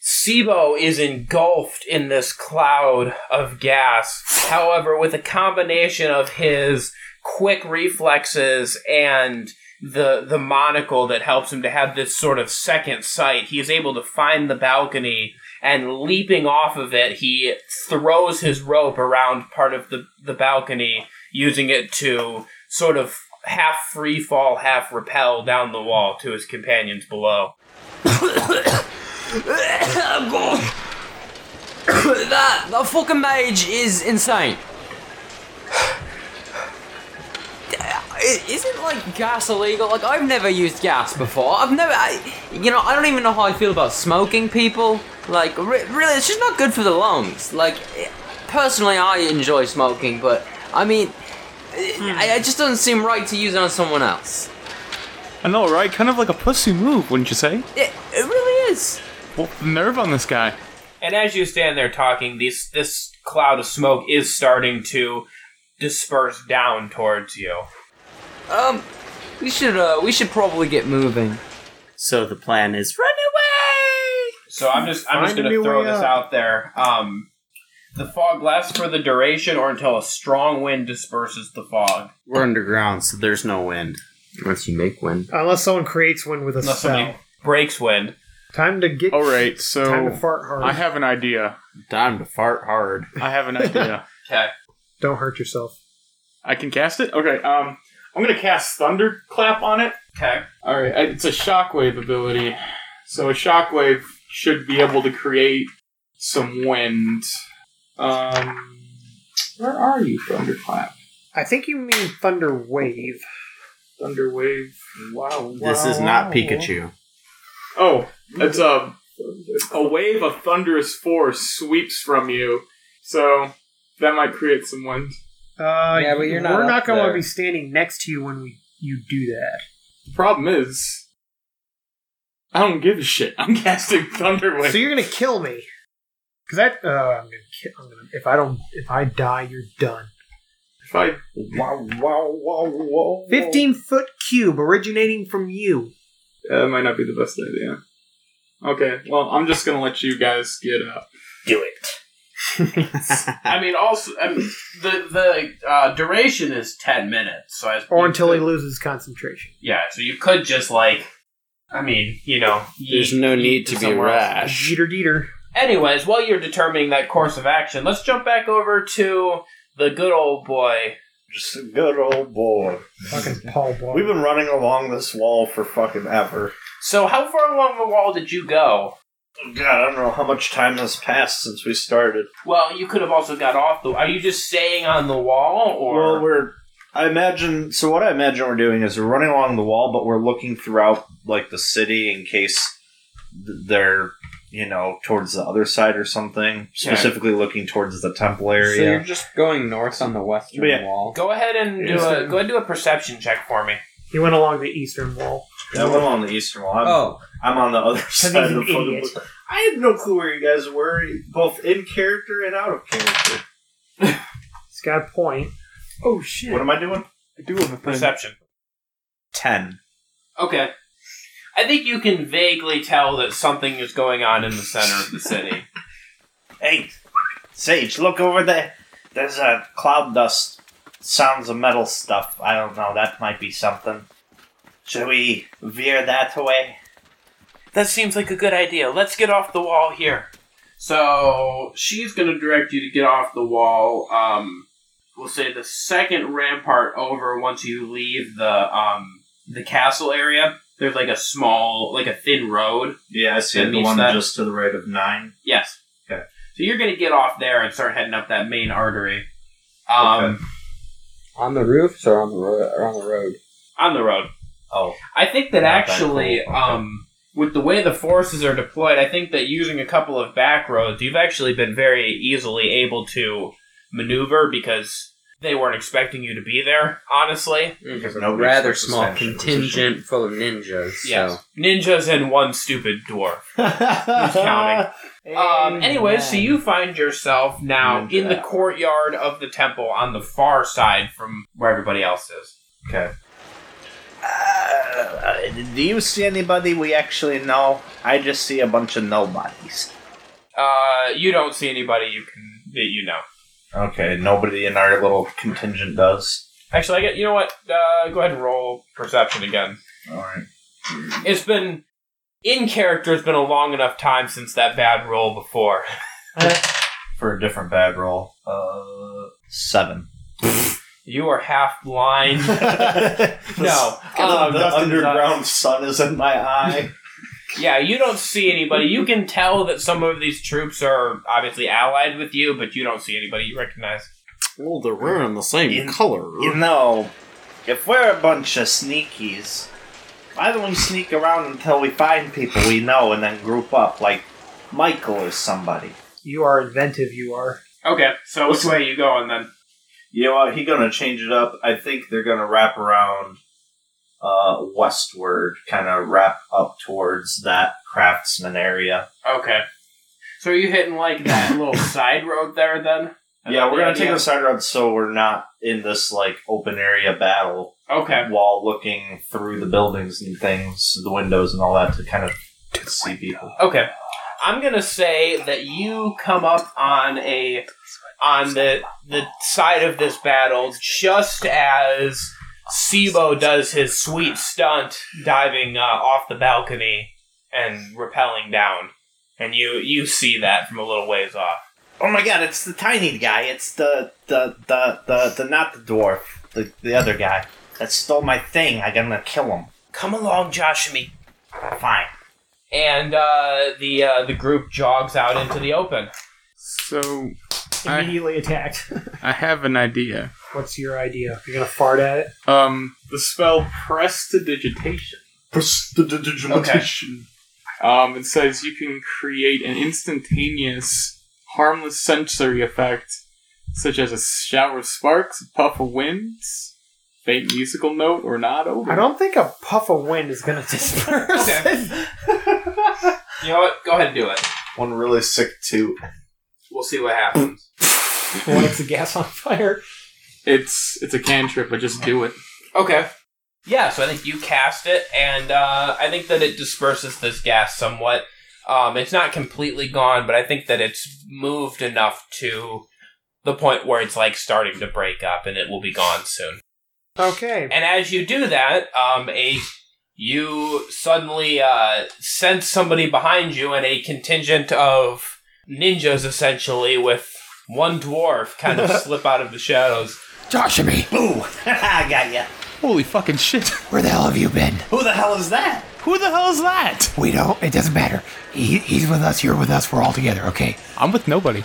[SPEAKER 3] SIBO is engulfed in this cloud of gas. However, with a combination of his quick reflexes and the the monocle that helps him to have this sort of second sight, he is able to find the balcony and leaping off of it, he throws his rope around part of the, the balcony, using it to sort of half free fall, half rappel down the wall to his companions below.
[SPEAKER 5] I'm going. that the fucking mage is insane. I- Isn't like gas illegal? Like I've never used gas before. I've never, I, you know, I don't even know how I feel about smoking. People like re- really, it's just not good for the lungs. Like eh, personally, I enjoy smoking, but I mean, eh, I, it just doesn't seem right to use it on someone else.
[SPEAKER 29] I know, right? Kind of like a pussy move, wouldn't you say?
[SPEAKER 5] It, it really is.
[SPEAKER 29] What nerve on this guy?
[SPEAKER 3] And as you stand there talking, these this cloud of smoke is starting to disperse down towards you.
[SPEAKER 5] Um, we should uh, we should probably get moving.
[SPEAKER 13] So the plan is run
[SPEAKER 3] So I'm just I'm just
[SPEAKER 13] Find a
[SPEAKER 3] gonna
[SPEAKER 13] new
[SPEAKER 3] throw
[SPEAKER 13] way
[SPEAKER 3] this
[SPEAKER 13] up.
[SPEAKER 3] out there. Um, the fog lasts for the duration or until a strong wind disperses the fog.
[SPEAKER 13] We're underground, so there's no wind. Unless you make wind.
[SPEAKER 11] Unless someone creates one with a
[SPEAKER 3] Unless
[SPEAKER 11] spell.
[SPEAKER 3] somebody breaks wind.
[SPEAKER 11] Time to get.
[SPEAKER 6] All right, so
[SPEAKER 11] Time to fart hard.
[SPEAKER 6] I have an idea.
[SPEAKER 13] Time to fart hard.
[SPEAKER 6] I have an idea.
[SPEAKER 3] okay.
[SPEAKER 11] Don't hurt yourself.
[SPEAKER 6] I can cast it. Okay. Um, I'm gonna cast thunderclap on it.
[SPEAKER 3] Okay.
[SPEAKER 6] All right. I- It's a shockwave ability, so a shockwave should be able to create some wind. Um, where are you, thunderclap?
[SPEAKER 11] I think you mean Thunder Wave.
[SPEAKER 6] Thunder Wave. Wow.
[SPEAKER 13] This is not Pikachu.
[SPEAKER 6] Oh, it's a a wave of thunderous force sweeps from you, so that might create some wind.
[SPEAKER 11] Uh,
[SPEAKER 6] Yeah, but you're not
[SPEAKER 11] We're
[SPEAKER 6] up
[SPEAKER 11] not going
[SPEAKER 6] there.
[SPEAKER 11] to be standing next to you when we you do that.
[SPEAKER 6] The problem is, I don't give a shit. I'm casting Thunder Wave.
[SPEAKER 11] So you're gonna kill me. Cause that uh, I'm gonna kill. I'm gonna if I don't if I die you're done.
[SPEAKER 6] If I
[SPEAKER 11] wow wow wow wow. Fifteen foot cube originating from you.
[SPEAKER 6] Yeah, that might not be the best idea. Okay, well, I'm just gonna let you guys get up.
[SPEAKER 3] Do it. I mean, also I mean, the the uh, duration is ten minutes. So I,
[SPEAKER 11] Or until he loses concentration.
[SPEAKER 3] yeah, so you could just like, I mean, you know,
[SPEAKER 13] There's no need to be
[SPEAKER 3] somewhere else.
[SPEAKER 13] rash.
[SPEAKER 11] Jeter Dieter.
[SPEAKER 3] Anyways, while you're determining that course of action, let's jump back over to the good old boy.
[SPEAKER 4] Just a good old boy.
[SPEAKER 11] Fucking Paul Blart.
[SPEAKER 4] We've been running along this wall for fucking ever.
[SPEAKER 3] So, how far along the wall did you go?
[SPEAKER 4] God, I don't know how much time has passed since we started.
[SPEAKER 3] Well, you could have also got off the. Are you just staying on the wall, or
[SPEAKER 4] Well, we're I imagine. So what I imagine we're doing is we're running along the wall, but we're looking throughout like the city in case th- they're you know towards the other side or something.
[SPEAKER 5] Yeah.
[SPEAKER 4] Specifically looking towards the temple
[SPEAKER 5] So you're
[SPEAKER 4] area.
[SPEAKER 5] just going north on the western
[SPEAKER 4] But yeah.
[SPEAKER 5] wall.
[SPEAKER 3] Go ahead and do
[SPEAKER 4] Is
[SPEAKER 3] a
[SPEAKER 4] there-
[SPEAKER 3] go ahead and do a perception check for me.
[SPEAKER 11] He went along the eastern wall.
[SPEAKER 4] that one on the eastern wall. I'm,
[SPEAKER 5] Oh.
[SPEAKER 4] I'm on the other
[SPEAKER 11] he's
[SPEAKER 4] side of
[SPEAKER 11] an
[SPEAKER 4] the fucking.
[SPEAKER 11] idiot.
[SPEAKER 4] I have no clue where you guys were, both in character and out of character.
[SPEAKER 11] It's got a point.
[SPEAKER 4] Oh shit! What am I doing?
[SPEAKER 6] I do have a
[SPEAKER 3] Perception.
[SPEAKER 4] Ten.
[SPEAKER 3] Okay. I think you can vaguely tell that something is going on in the center of the city.
[SPEAKER 4] Hey, Sage, look over there. There's a cloud dust. Sounds of metal stuff. I don't know. That might be something. Should we veer that way?
[SPEAKER 3] That seems like a good idea. Let's get off the wall here.
[SPEAKER 1] So she's going to direct you to get off the wall. Um, we'll say the second rampart over once you leave the um, the castle area. There's like a small, like a thin road.
[SPEAKER 4] Yeah, I
[SPEAKER 1] see it. The one just
[SPEAKER 4] to the right of nine.
[SPEAKER 1] Yes.
[SPEAKER 4] Okay.
[SPEAKER 1] So you're going to get off there and start heading up that main artery. Um,
[SPEAKER 5] On the roofs or on the road? Or on the road?
[SPEAKER 1] on the road.
[SPEAKER 4] Oh,
[SPEAKER 1] I think that
[SPEAKER 5] Not that
[SPEAKER 1] actually,
[SPEAKER 5] cool.
[SPEAKER 1] um, with the way the forces are deployed, I think that using a couple of back roads, you've actually been very easily able to maneuver because they weren't expecting you to be there. Honestly,
[SPEAKER 5] Because a rather small contingent full of ninjas.
[SPEAKER 1] Yes.
[SPEAKER 5] So.
[SPEAKER 3] Ninjas and one stupid dwarf.
[SPEAKER 1] Who's counting? Um, anyway, so you find yourself now in the
[SPEAKER 3] Ninja.
[SPEAKER 1] courtyard of the temple on the far side from where everybody else is.
[SPEAKER 4] Okay. Uh, do you see anybody we actually know? I just see a bunch of nobodies.
[SPEAKER 3] Uh, you don't see anybody you can that you know.
[SPEAKER 4] Okay, nobody in our little contingent does.
[SPEAKER 3] Actually, I get. You know what? Uh, go ahead and roll perception again.
[SPEAKER 4] All right.
[SPEAKER 3] It's been in character. It's been a long enough time since that bad roll before.
[SPEAKER 4] For a different bad roll. Uh, seven.
[SPEAKER 3] You are half blind. no,
[SPEAKER 4] Um,
[SPEAKER 3] um,
[SPEAKER 4] the underground sun is in my eye.
[SPEAKER 3] Yeah, you don't see anybody. You can tell that some of these troops are obviously allied with you, but you don't see anybody you recognize.
[SPEAKER 30] Well, they're wearing the same color.
[SPEAKER 4] You know, if we're a bunch of sneakies, why don't we sneak around until we find people we know and then group up like Michael or somebody?
[SPEAKER 11] You are inventive. You are.
[SPEAKER 1] Okay, so which way are you going then?
[SPEAKER 4] You know what? He gonna change it up. I think they're gonna wrap around uh, westward, kind of wrap up towards that craftsman area.
[SPEAKER 1] Okay. So are you hitting like that little side road there then?
[SPEAKER 4] yeah, we're gonna take
[SPEAKER 1] a.
[SPEAKER 4] a side road so we're not in this like open area battle.
[SPEAKER 1] Okay.
[SPEAKER 4] While looking through the buildings and things, the windows and all that to kind of see people.
[SPEAKER 3] Okay. I'm gonna say that you come up on a on the the side of this battle just as Sibo does his sweet stunt diving uh, off the balcony and rappelling down, and you you see that from a little ways off.
[SPEAKER 4] Oh my god, it's the tiny guy. It's the the the the, the not the dwarf, the, the other guy that stole my thing. I'm gonna kill him.
[SPEAKER 3] Come along, Josh and me.
[SPEAKER 4] Fine.
[SPEAKER 3] And uh, the uh, the group jogs out into the open.
[SPEAKER 6] So
[SPEAKER 11] Immediately attacked.
[SPEAKER 6] I have an idea.
[SPEAKER 11] What's your idea? You're gonna fart at it.
[SPEAKER 6] Um, the spell prestidigitation. Prestidigitation. Um, it says you can create an instantaneous, harmless sensory effect, such as a shower of sparks, a puff of wind, faint musical note, or not Oh, over.
[SPEAKER 11] I don't think a puff of wind is gonna disperse.
[SPEAKER 1] You know what? Go ahead and do it.
[SPEAKER 4] One really sick toot.
[SPEAKER 1] We'll see what happens.
[SPEAKER 11] Lights the gas on fire.
[SPEAKER 6] It's it's a cantrip, but just do it.
[SPEAKER 3] Okay. Yeah, so I think you cast it, and uh, I think that it disperses this gas somewhat. Um, it's not completely gone, but I think that it's moved enough to the point where it's like starting to break up, and it will be gone soon.
[SPEAKER 11] Okay.
[SPEAKER 3] And as you do that, um, a you suddenly uh, sense somebody behind you, and a contingent of ninjas, essentially, with one dwarf, kind of slip out of the shadows.
[SPEAKER 31] Josh and me.
[SPEAKER 4] Boo! I got ya.
[SPEAKER 32] Holy fucking shit.
[SPEAKER 31] Where the hell have you been?
[SPEAKER 4] Who the hell is that?
[SPEAKER 32] Who the hell is that?
[SPEAKER 31] We don't. It doesn't matter. He, he's with us. You're with us. We're all together. Okay.
[SPEAKER 32] I'm with nobody.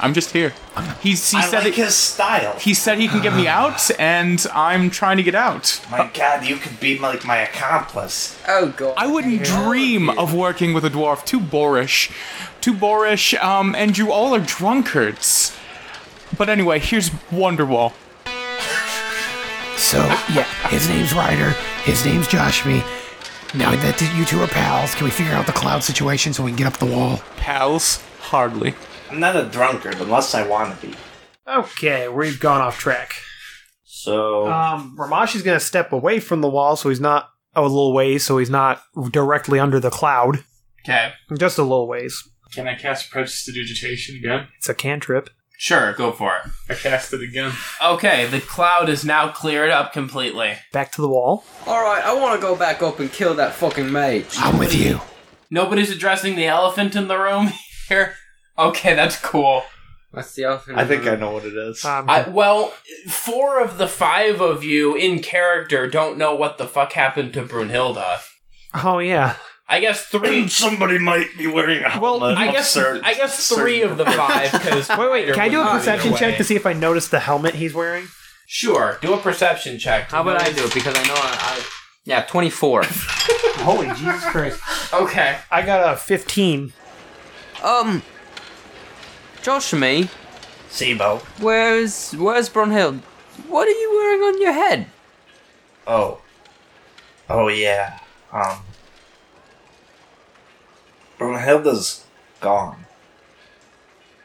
[SPEAKER 6] I'm just here. He, he said
[SPEAKER 9] like
[SPEAKER 6] it-
[SPEAKER 9] his style.
[SPEAKER 6] He said he can get me out, and I'm trying to get out.
[SPEAKER 9] My God, you could be like my accomplice.
[SPEAKER 5] Oh God!
[SPEAKER 6] I wouldn't dream of working with a dwarf. Too boorish, too boorish. Um, and you all are drunkards. But anyway, here's Wonderwall.
[SPEAKER 33] So, yeah, his name's Ryder. His name's Joshmi. Now that you two are pals, can we figure out the cloud situation so we can get up the wall?
[SPEAKER 6] Pals, hardly.
[SPEAKER 9] I'm not a drunkard unless I want to be.
[SPEAKER 11] Okay, we've gone off track.
[SPEAKER 9] So
[SPEAKER 11] Um, Ramash is going to step away from the wall, so he's not a little ways, so he's not directly under the cloud.
[SPEAKER 34] Okay.
[SPEAKER 11] Just a little ways.
[SPEAKER 34] Can I cast Prestidigitation again?
[SPEAKER 11] It's a cantrip.
[SPEAKER 3] Sure, go for it.
[SPEAKER 34] I cast it again.
[SPEAKER 3] Okay, the cloud is now cleared up completely.
[SPEAKER 11] Back to the wall.
[SPEAKER 5] All right, I want to go back up and kill that fucking mage. I'm with you.
[SPEAKER 3] Nobody's addressing the elephant in the room here. Okay, that's cool.
[SPEAKER 5] What's the elephant?
[SPEAKER 9] I think I know what it is.
[SPEAKER 3] I, well, four of the five of you in character don't know what the fuck happened to Brunhilda.
[SPEAKER 11] Oh yeah.
[SPEAKER 3] I guess three.
[SPEAKER 9] Somebody might be wearing a
[SPEAKER 11] well.
[SPEAKER 3] I guess I guess three of the five. Because
[SPEAKER 11] wait, wait. Can I do a perception check to see if I notice the helmet he's wearing?
[SPEAKER 3] Sure, do a perception check.
[SPEAKER 5] How about I do it because I know I. I yeah, twenty four.
[SPEAKER 11] Holy Jesus Christ!
[SPEAKER 3] Okay,
[SPEAKER 11] I got a fifteen.
[SPEAKER 5] Um, Josh, me.
[SPEAKER 9] Sebo.
[SPEAKER 5] Where's Where's Brunhild? What are you wearing on your head?
[SPEAKER 9] Oh. Oh yeah. Um. Brunhilde's gone.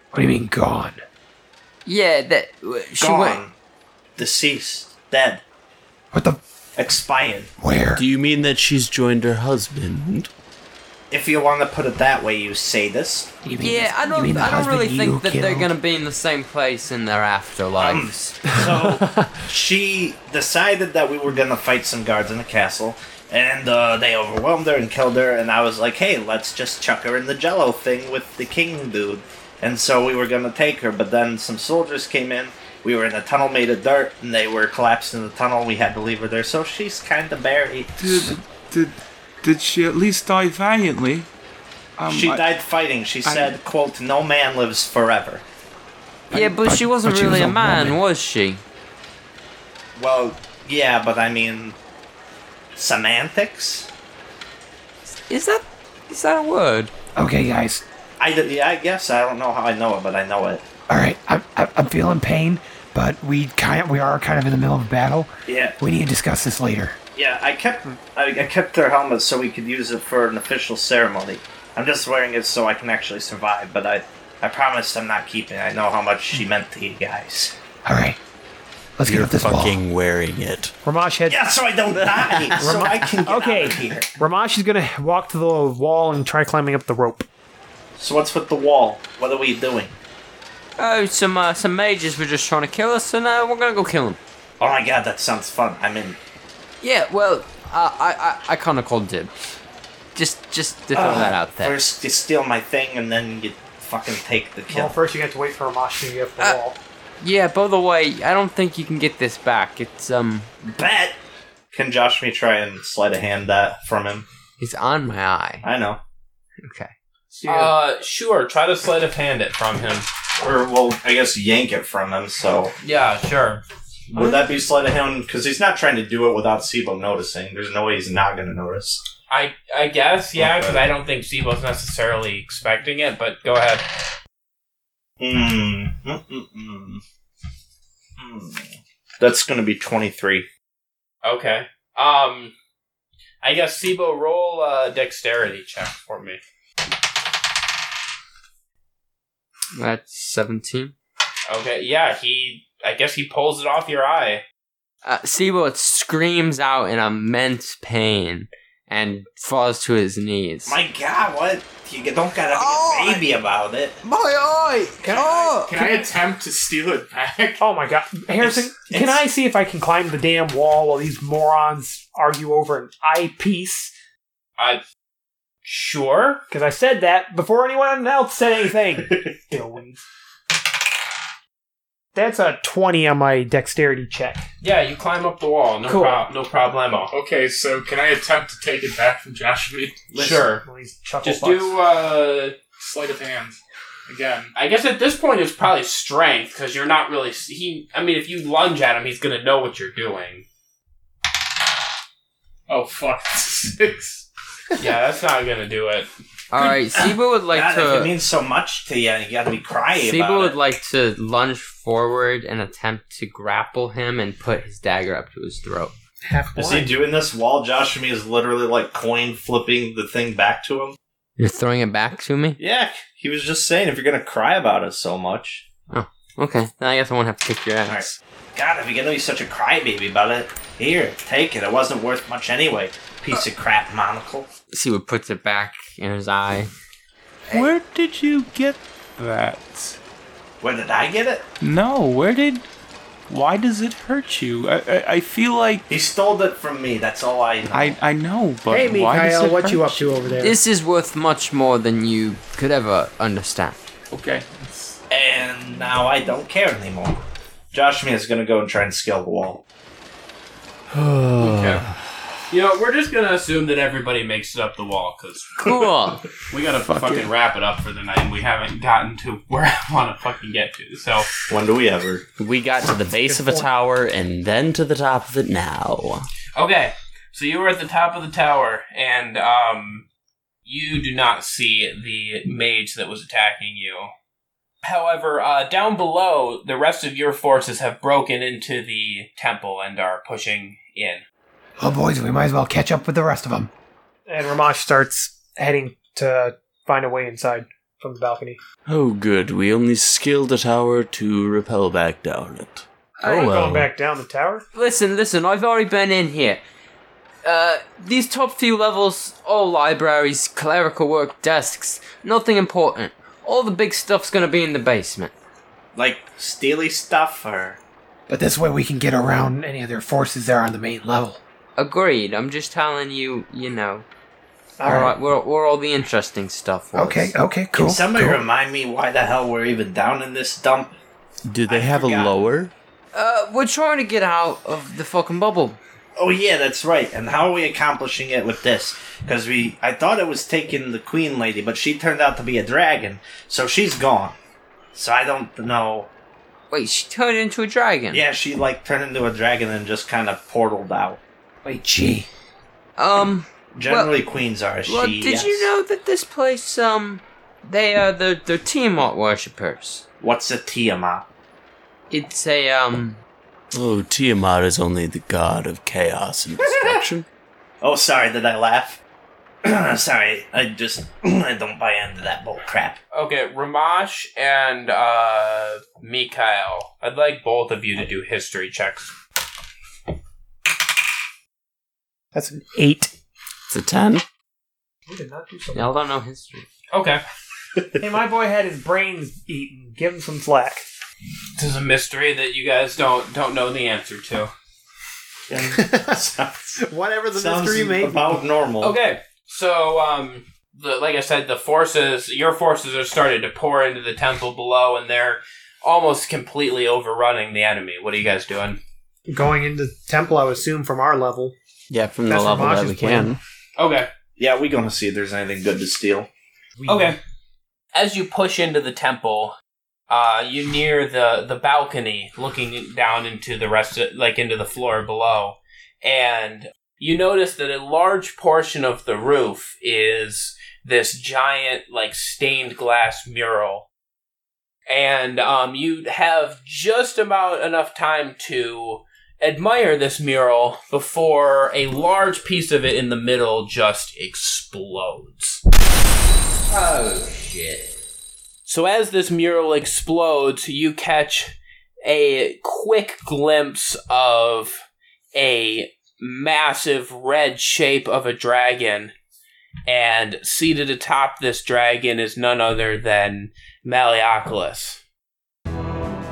[SPEAKER 33] What do you mean gone?
[SPEAKER 5] Yeah, that she
[SPEAKER 9] gone.
[SPEAKER 5] went.
[SPEAKER 9] Deceased. Dead.
[SPEAKER 33] What the?
[SPEAKER 9] Expired.
[SPEAKER 33] Where?
[SPEAKER 13] Do you mean that she's joined her husband?
[SPEAKER 9] If you want to put it that way, you sadist.
[SPEAKER 5] Yeah, I don't. I don't really think that they're gonna be in the same place in their afterlives.
[SPEAKER 9] Um, So she decided that we were gonna fight some guards in the castle, and uh, they overwhelmed her and killed her. And I was like, "Hey, let's just chuck her in the Jello thing with the king dude." And so we were gonna take her, but then some soldiers came in. We were in a tunnel made of dirt, and they were collapsed in the tunnel. We had to leave her there, so she's kind of buried.
[SPEAKER 6] Did, did, did she at least die valiantly? Um,
[SPEAKER 9] she
[SPEAKER 6] I-
[SPEAKER 9] died fighting. She
[SPEAKER 6] I-
[SPEAKER 9] said, "quote No man lives forever."
[SPEAKER 5] yeah, but, she wasn't
[SPEAKER 9] but she
[SPEAKER 5] really
[SPEAKER 9] was
[SPEAKER 5] a
[SPEAKER 9] a
[SPEAKER 5] man,
[SPEAKER 9] woman.
[SPEAKER 5] was she?
[SPEAKER 9] Well, yeah, but I mean, semantics.
[SPEAKER 5] Is that is that a word?
[SPEAKER 33] Okay, guys.
[SPEAKER 9] I, d- yeah, I guess I don't know how I know it, but I know it.
[SPEAKER 33] All right, I'm, I'm I'm feeling pain, but we kind we are kind of in the middle of a battle.
[SPEAKER 9] Yeah.
[SPEAKER 33] We need to discuss this later.
[SPEAKER 9] Yeah, I kept I, I kept their helmet so we could use it for an official ceremony. I'm just wearing it so I can actually survive, but I I promised I'm not keeping. it. I know how much she meant to you guys.
[SPEAKER 33] All right. Let's
[SPEAKER 13] You're
[SPEAKER 33] get up this wall.
[SPEAKER 13] fucking wearing it.
[SPEAKER 11] Ramash heads.
[SPEAKER 9] Yeah, so I don't die, so
[SPEAKER 11] Rama-
[SPEAKER 9] I can get
[SPEAKER 11] okay.
[SPEAKER 9] out of here.
[SPEAKER 11] Ramash is going to walk to the wall and try climbing up the rope.
[SPEAKER 9] So what's with the wall? What are we doing?
[SPEAKER 5] Oh, some uh, some mages were just trying to kill us, so now we're gonna go kill them.
[SPEAKER 9] Oh my god, that sounds fun. I'm in.
[SPEAKER 5] Yeah, well, uh, I I, I kind of called dib. Just just to throw
[SPEAKER 9] Ah,
[SPEAKER 5] that out there.
[SPEAKER 9] First, you steal my thing, and then you fucking take the kill.
[SPEAKER 11] Well, first you have to wait for Ramash to get up the
[SPEAKER 9] Uh,
[SPEAKER 11] wall.
[SPEAKER 5] Yeah, by the way, I don't think you can get this back. It's um,
[SPEAKER 9] Bet. Can Josh me try and slide a hand that from him?
[SPEAKER 5] He's on my eye.
[SPEAKER 9] I know.
[SPEAKER 5] Okay.
[SPEAKER 3] Uh, sure. Try to sleight of hand it from him.
[SPEAKER 9] Or well, I guess yank it from him. So
[SPEAKER 3] Yeah, sure.
[SPEAKER 9] would that be sleight of hand? Because he's not trying to do it without Sibo noticing. There's no way he's not going to notice.
[SPEAKER 3] I I guess yeah,
[SPEAKER 9] Okay.
[SPEAKER 3] because I don't think Sibo's necessarily expecting it. But go ahead.
[SPEAKER 9] Mm. Mm-mm-mm. Mm. That's going to be twenty three.
[SPEAKER 3] Okay. Um, I guess Sibo roll a dexterity check for me.
[SPEAKER 5] That's seventeen.
[SPEAKER 3] Okay. Yeah, he. I guess he pulls it off your eye.
[SPEAKER 5] Uh, Sibo screams out in immense pain and falls to his knees.
[SPEAKER 9] My God, what? You don't gotta be
[SPEAKER 34] Oh,
[SPEAKER 9] a baby about it.
[SPEAKER 5] My eye!
[SPEAKER 34] Can, I, can I attempt to steal it back?
[SPEAKER 11] Oh my god. Harrison, can I see if I can climb the damn wall while these morons argue over an eyepiece?
[SPEAKER 3] I. Sure.
[SPEAKER 11] Because I said that before anyone else said anything. Dillweed. That's a 20 on my dexterity check.
[SPEAKER 3] Yeah, you climb up the wall. No
[SPEAKER 11] Cool.
[SPEAKER 3] prob- No problemo.
[SPEAKER 34] Okay, so can I attempt to take it back from Joshua?
[SPEAKER 3] Sure.
[SPEAKER 11] Please chuckle
[SPEAKER 3] Just
[SPEAKER 11] fucks.
[SPEAKER 3] do uh
[SPEAKER 34] Sleight of hand.
[SPEAKER 35] again.
[SPEAKER 3] I guess at this point it's probably strength because you're not really he. I mean, if you lunge at him, he's gonna know what you're doing.
[SPEAKER 35] Oh fuck! Six.
[SPEAKER 3] Yeah, that's not gonna do it.
[SPEAKER 5] All right, Siba would like
[SPEAKER 9] God,
[SPEAKER 5] to.
[SPEAKER 9] if it means so much to you, you gotta be crying
[SPEAKER 5] Siba
[SPEAKER 9] about
[SPEAKER 5] would
[SPEAKER 9] it.
[SPEAKER 5] like to lunge forward and attempt to grapple him and put his dagger up to his throat.
[SPEAKER 9] Is he doing this while Josh and me is literally like coin flipping the thing back to him?
[SPEAKER 5] You're throwing it back to me?
[SPEAKER 9] Yeah, he was just saying if you're gonna cry about it so much,
[SPEAKER 5] Oh, okay. Then I guess I won't have to kick your ass.
[SPEAKER 9] God, if you're gonna be such a crybaby about it, here, take it. It wasn't worth much anyway. Piece of crap monocle.
[SPEAKER 5] Siba puts it back in his eye.
[SPEAKER 4] Where did you get that?
[SPEAKER 9] Where did I get it?
[SPEAKER 4] No, where did. Why does it hurt you? I, I, I feel like.
[SPEAKER 9] He stole it from me, that's all I know.
[SPEAKER 4] I, I know, but
[SPEAKER 36] Hey,
[SPEAKER 4] why does
[SPEAKER 36] Mikhail,
[SPEAKER 4] it
[SPEAKER 36] what
[SPEAKER 4] hurt
[SPEAKER 36] you up to over there?
[SPEAKER 5] This is worth much more than you could ever understand.
[SPEAKER 9] Okay. And now I don't care anymore. Josh me is gonna go and try and scale the wall.
[SPEAKER 3] okay. You know, we're just gonna assume that everybody makes it up the wall because
[SPEAKER 5] cool.
[SPEAKER 3] we gotta
[SPEAKER 9] Fuck
[SPEAKER 3] fucking
[SPEAKER 9] it.
[SPEAKER 3] wrap it up for the night. and We haven't gotten to where I want to fucking get to. So
[SPEAKER 9] When do we ever?
[SPEAKER 13] We got to the base of a tower and then to the top of it now.
[SPEAKER 3] Okay, so you were at the top of the tower, and um, you do not see the mage that was attacking you. However, uh, down below, the rest of your forces have broken into the temple and are pushing in.
[SPEAKER 37] Oh, boys, we might as well catch up with the rest of them.
[SPEAKER 11] And Ramash starts heading to find a way inside from the balcony.
[SPEAKER 13] Oh, good. We only scaled the tower to repel back down it.
[SPEAKER 11] Are
[SPEAKER 13] Oh,
[SPEAKER 9] Oh,
[SPEAKER 11] we going back down the tower?
[SPEAKER 5] Listen, listen, I've already been in here. Uh, these top few levels, all libraries, clerical work, desks, nothing important. All the big stuff's gonna be in the basement.
[SPEAKER 9] Like steely stuff or
[SPEAKER 37] But this way we can get around any of their forces there on the main level.
[SPEAKER 5] Agreed, I'm just telling you, you know.
[SPEAKER 37] All
[SPEAKER 5] Alright, we're, we're all the interesting stuff. was.
[SPEAKER 9] Can somebody remind me why the hell we're even down in this dump?
[SPEAKER 13] Do they have a lower?
[SPEAKER 5] Uh, we're trying to get out of the fucking bubble.
[SPEAKER 9] Oh yeah, that's right. And how are we accomplishing it with this? Because we, I thought it was taking the queen lady, but she turned out to be a dragon, so she's gone. So I don't know.
[SPEAKER 5] Wait, she turned into a dragon.
[SPEAKER 9] Yeah, she like turned into a dragon and just kind of portaled out.
[SPEAKER 37] Wait, gee.
[SPEAKER 5] Um.
[SPEAKER 9] Generally,
[SPEAKER 5] well-
[SPEAKER 9] queens are a she.
[SPEAKER 5] Well, did
[SPEAKER 9] yes.
[SPEAKER 5] you know that this place, um, they are the the Tiamat worshippers.
[SPEAKER 9] What's a Tiamat?
[SPEAKER 5] It's a um.
[SPEAKER 13] Oh, Tiamat is only the god of chaos and destruction.
[SPEAKER 9] Oh, sorry, did I laugh? sorry, I just I don't buy into that bull crap.
[SPEAKER 3] Okay, Ramash and uh, Mikhail, I'd like both of you to do history checks.
[SPEAKER 37] That's an eight.
[SPEAKER 13] It's a ten.
[SPEAKER 11] We did not do
[SPEAKER 5] Y'all don't know history.
[SPEAKER 3] Okay.
[SPEAKER 11] hey, my boy had his brains eaten. Give him some flack.
[SPEAKER 3] This is a mystery that you guys don't don't know the answer to.
[SPEAKER 38] Whatever the
[SPEAKER 3] Sounds
[SPEAKER 38] mystery may be.
[SPEAKER 9] about normal.
[SPEAKER 3] Okay, so um, the, like I said, the forces, your forces, are starting to pour into the temple below, and they're almost completely overrunning the enemy. What are you guys doing?
[SPEAKER 11] Going into the temple, I would assume from our level.
[SPEAKER 13] Yeah, from
[SPEAKER 11] That's Ramaj's plan.
[SPEAKER 3] Okay.
[SPEAKER 9] Yeah, we gonna see if there's anything good to steal.
[SPEAKER 3] Okay. As you push into the temple, uh, you near the the balcony, looking down into the rest, of, like into the floor below, and you notice that a large portion of the roof is this giant, like stained glass mural, and um, you have just about enough time to admire this mural before a large piece of it in the middle just explodes.
[SPEAKER 5] Oh shit.
[SPEAKER 3] So as this mural explodes, you catch a quick glimpse of a massive red shape of a dragon. And seated atop this dragon is none other than Malioculus.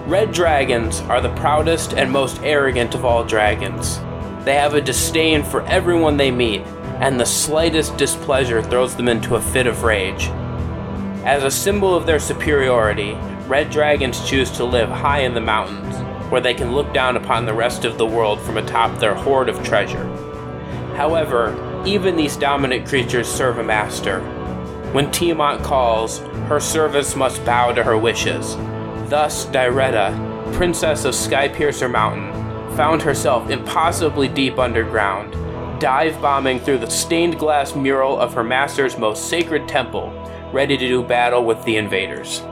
[SPEAKER 3] Red dragons are the proudest and most arrogant of all dragons. They have a disdain for everyone they meet, and the slightest displeasure throws them into a fit of rage. As a symbol of their superiority, red dragons choose to live high in the mountains, where they can look down upon the rest of the world from atop their hoard of treasure. However, even these dominant creatures serve a master. When Tiamat calls, her servants must bow to her wishes. Thus, Diretta, princess of Skypiercer Mountain, found herself impossibly deep underground, dive bombing through the stained glass mural of her master's most sacred temple, ready to do battle with the invaders.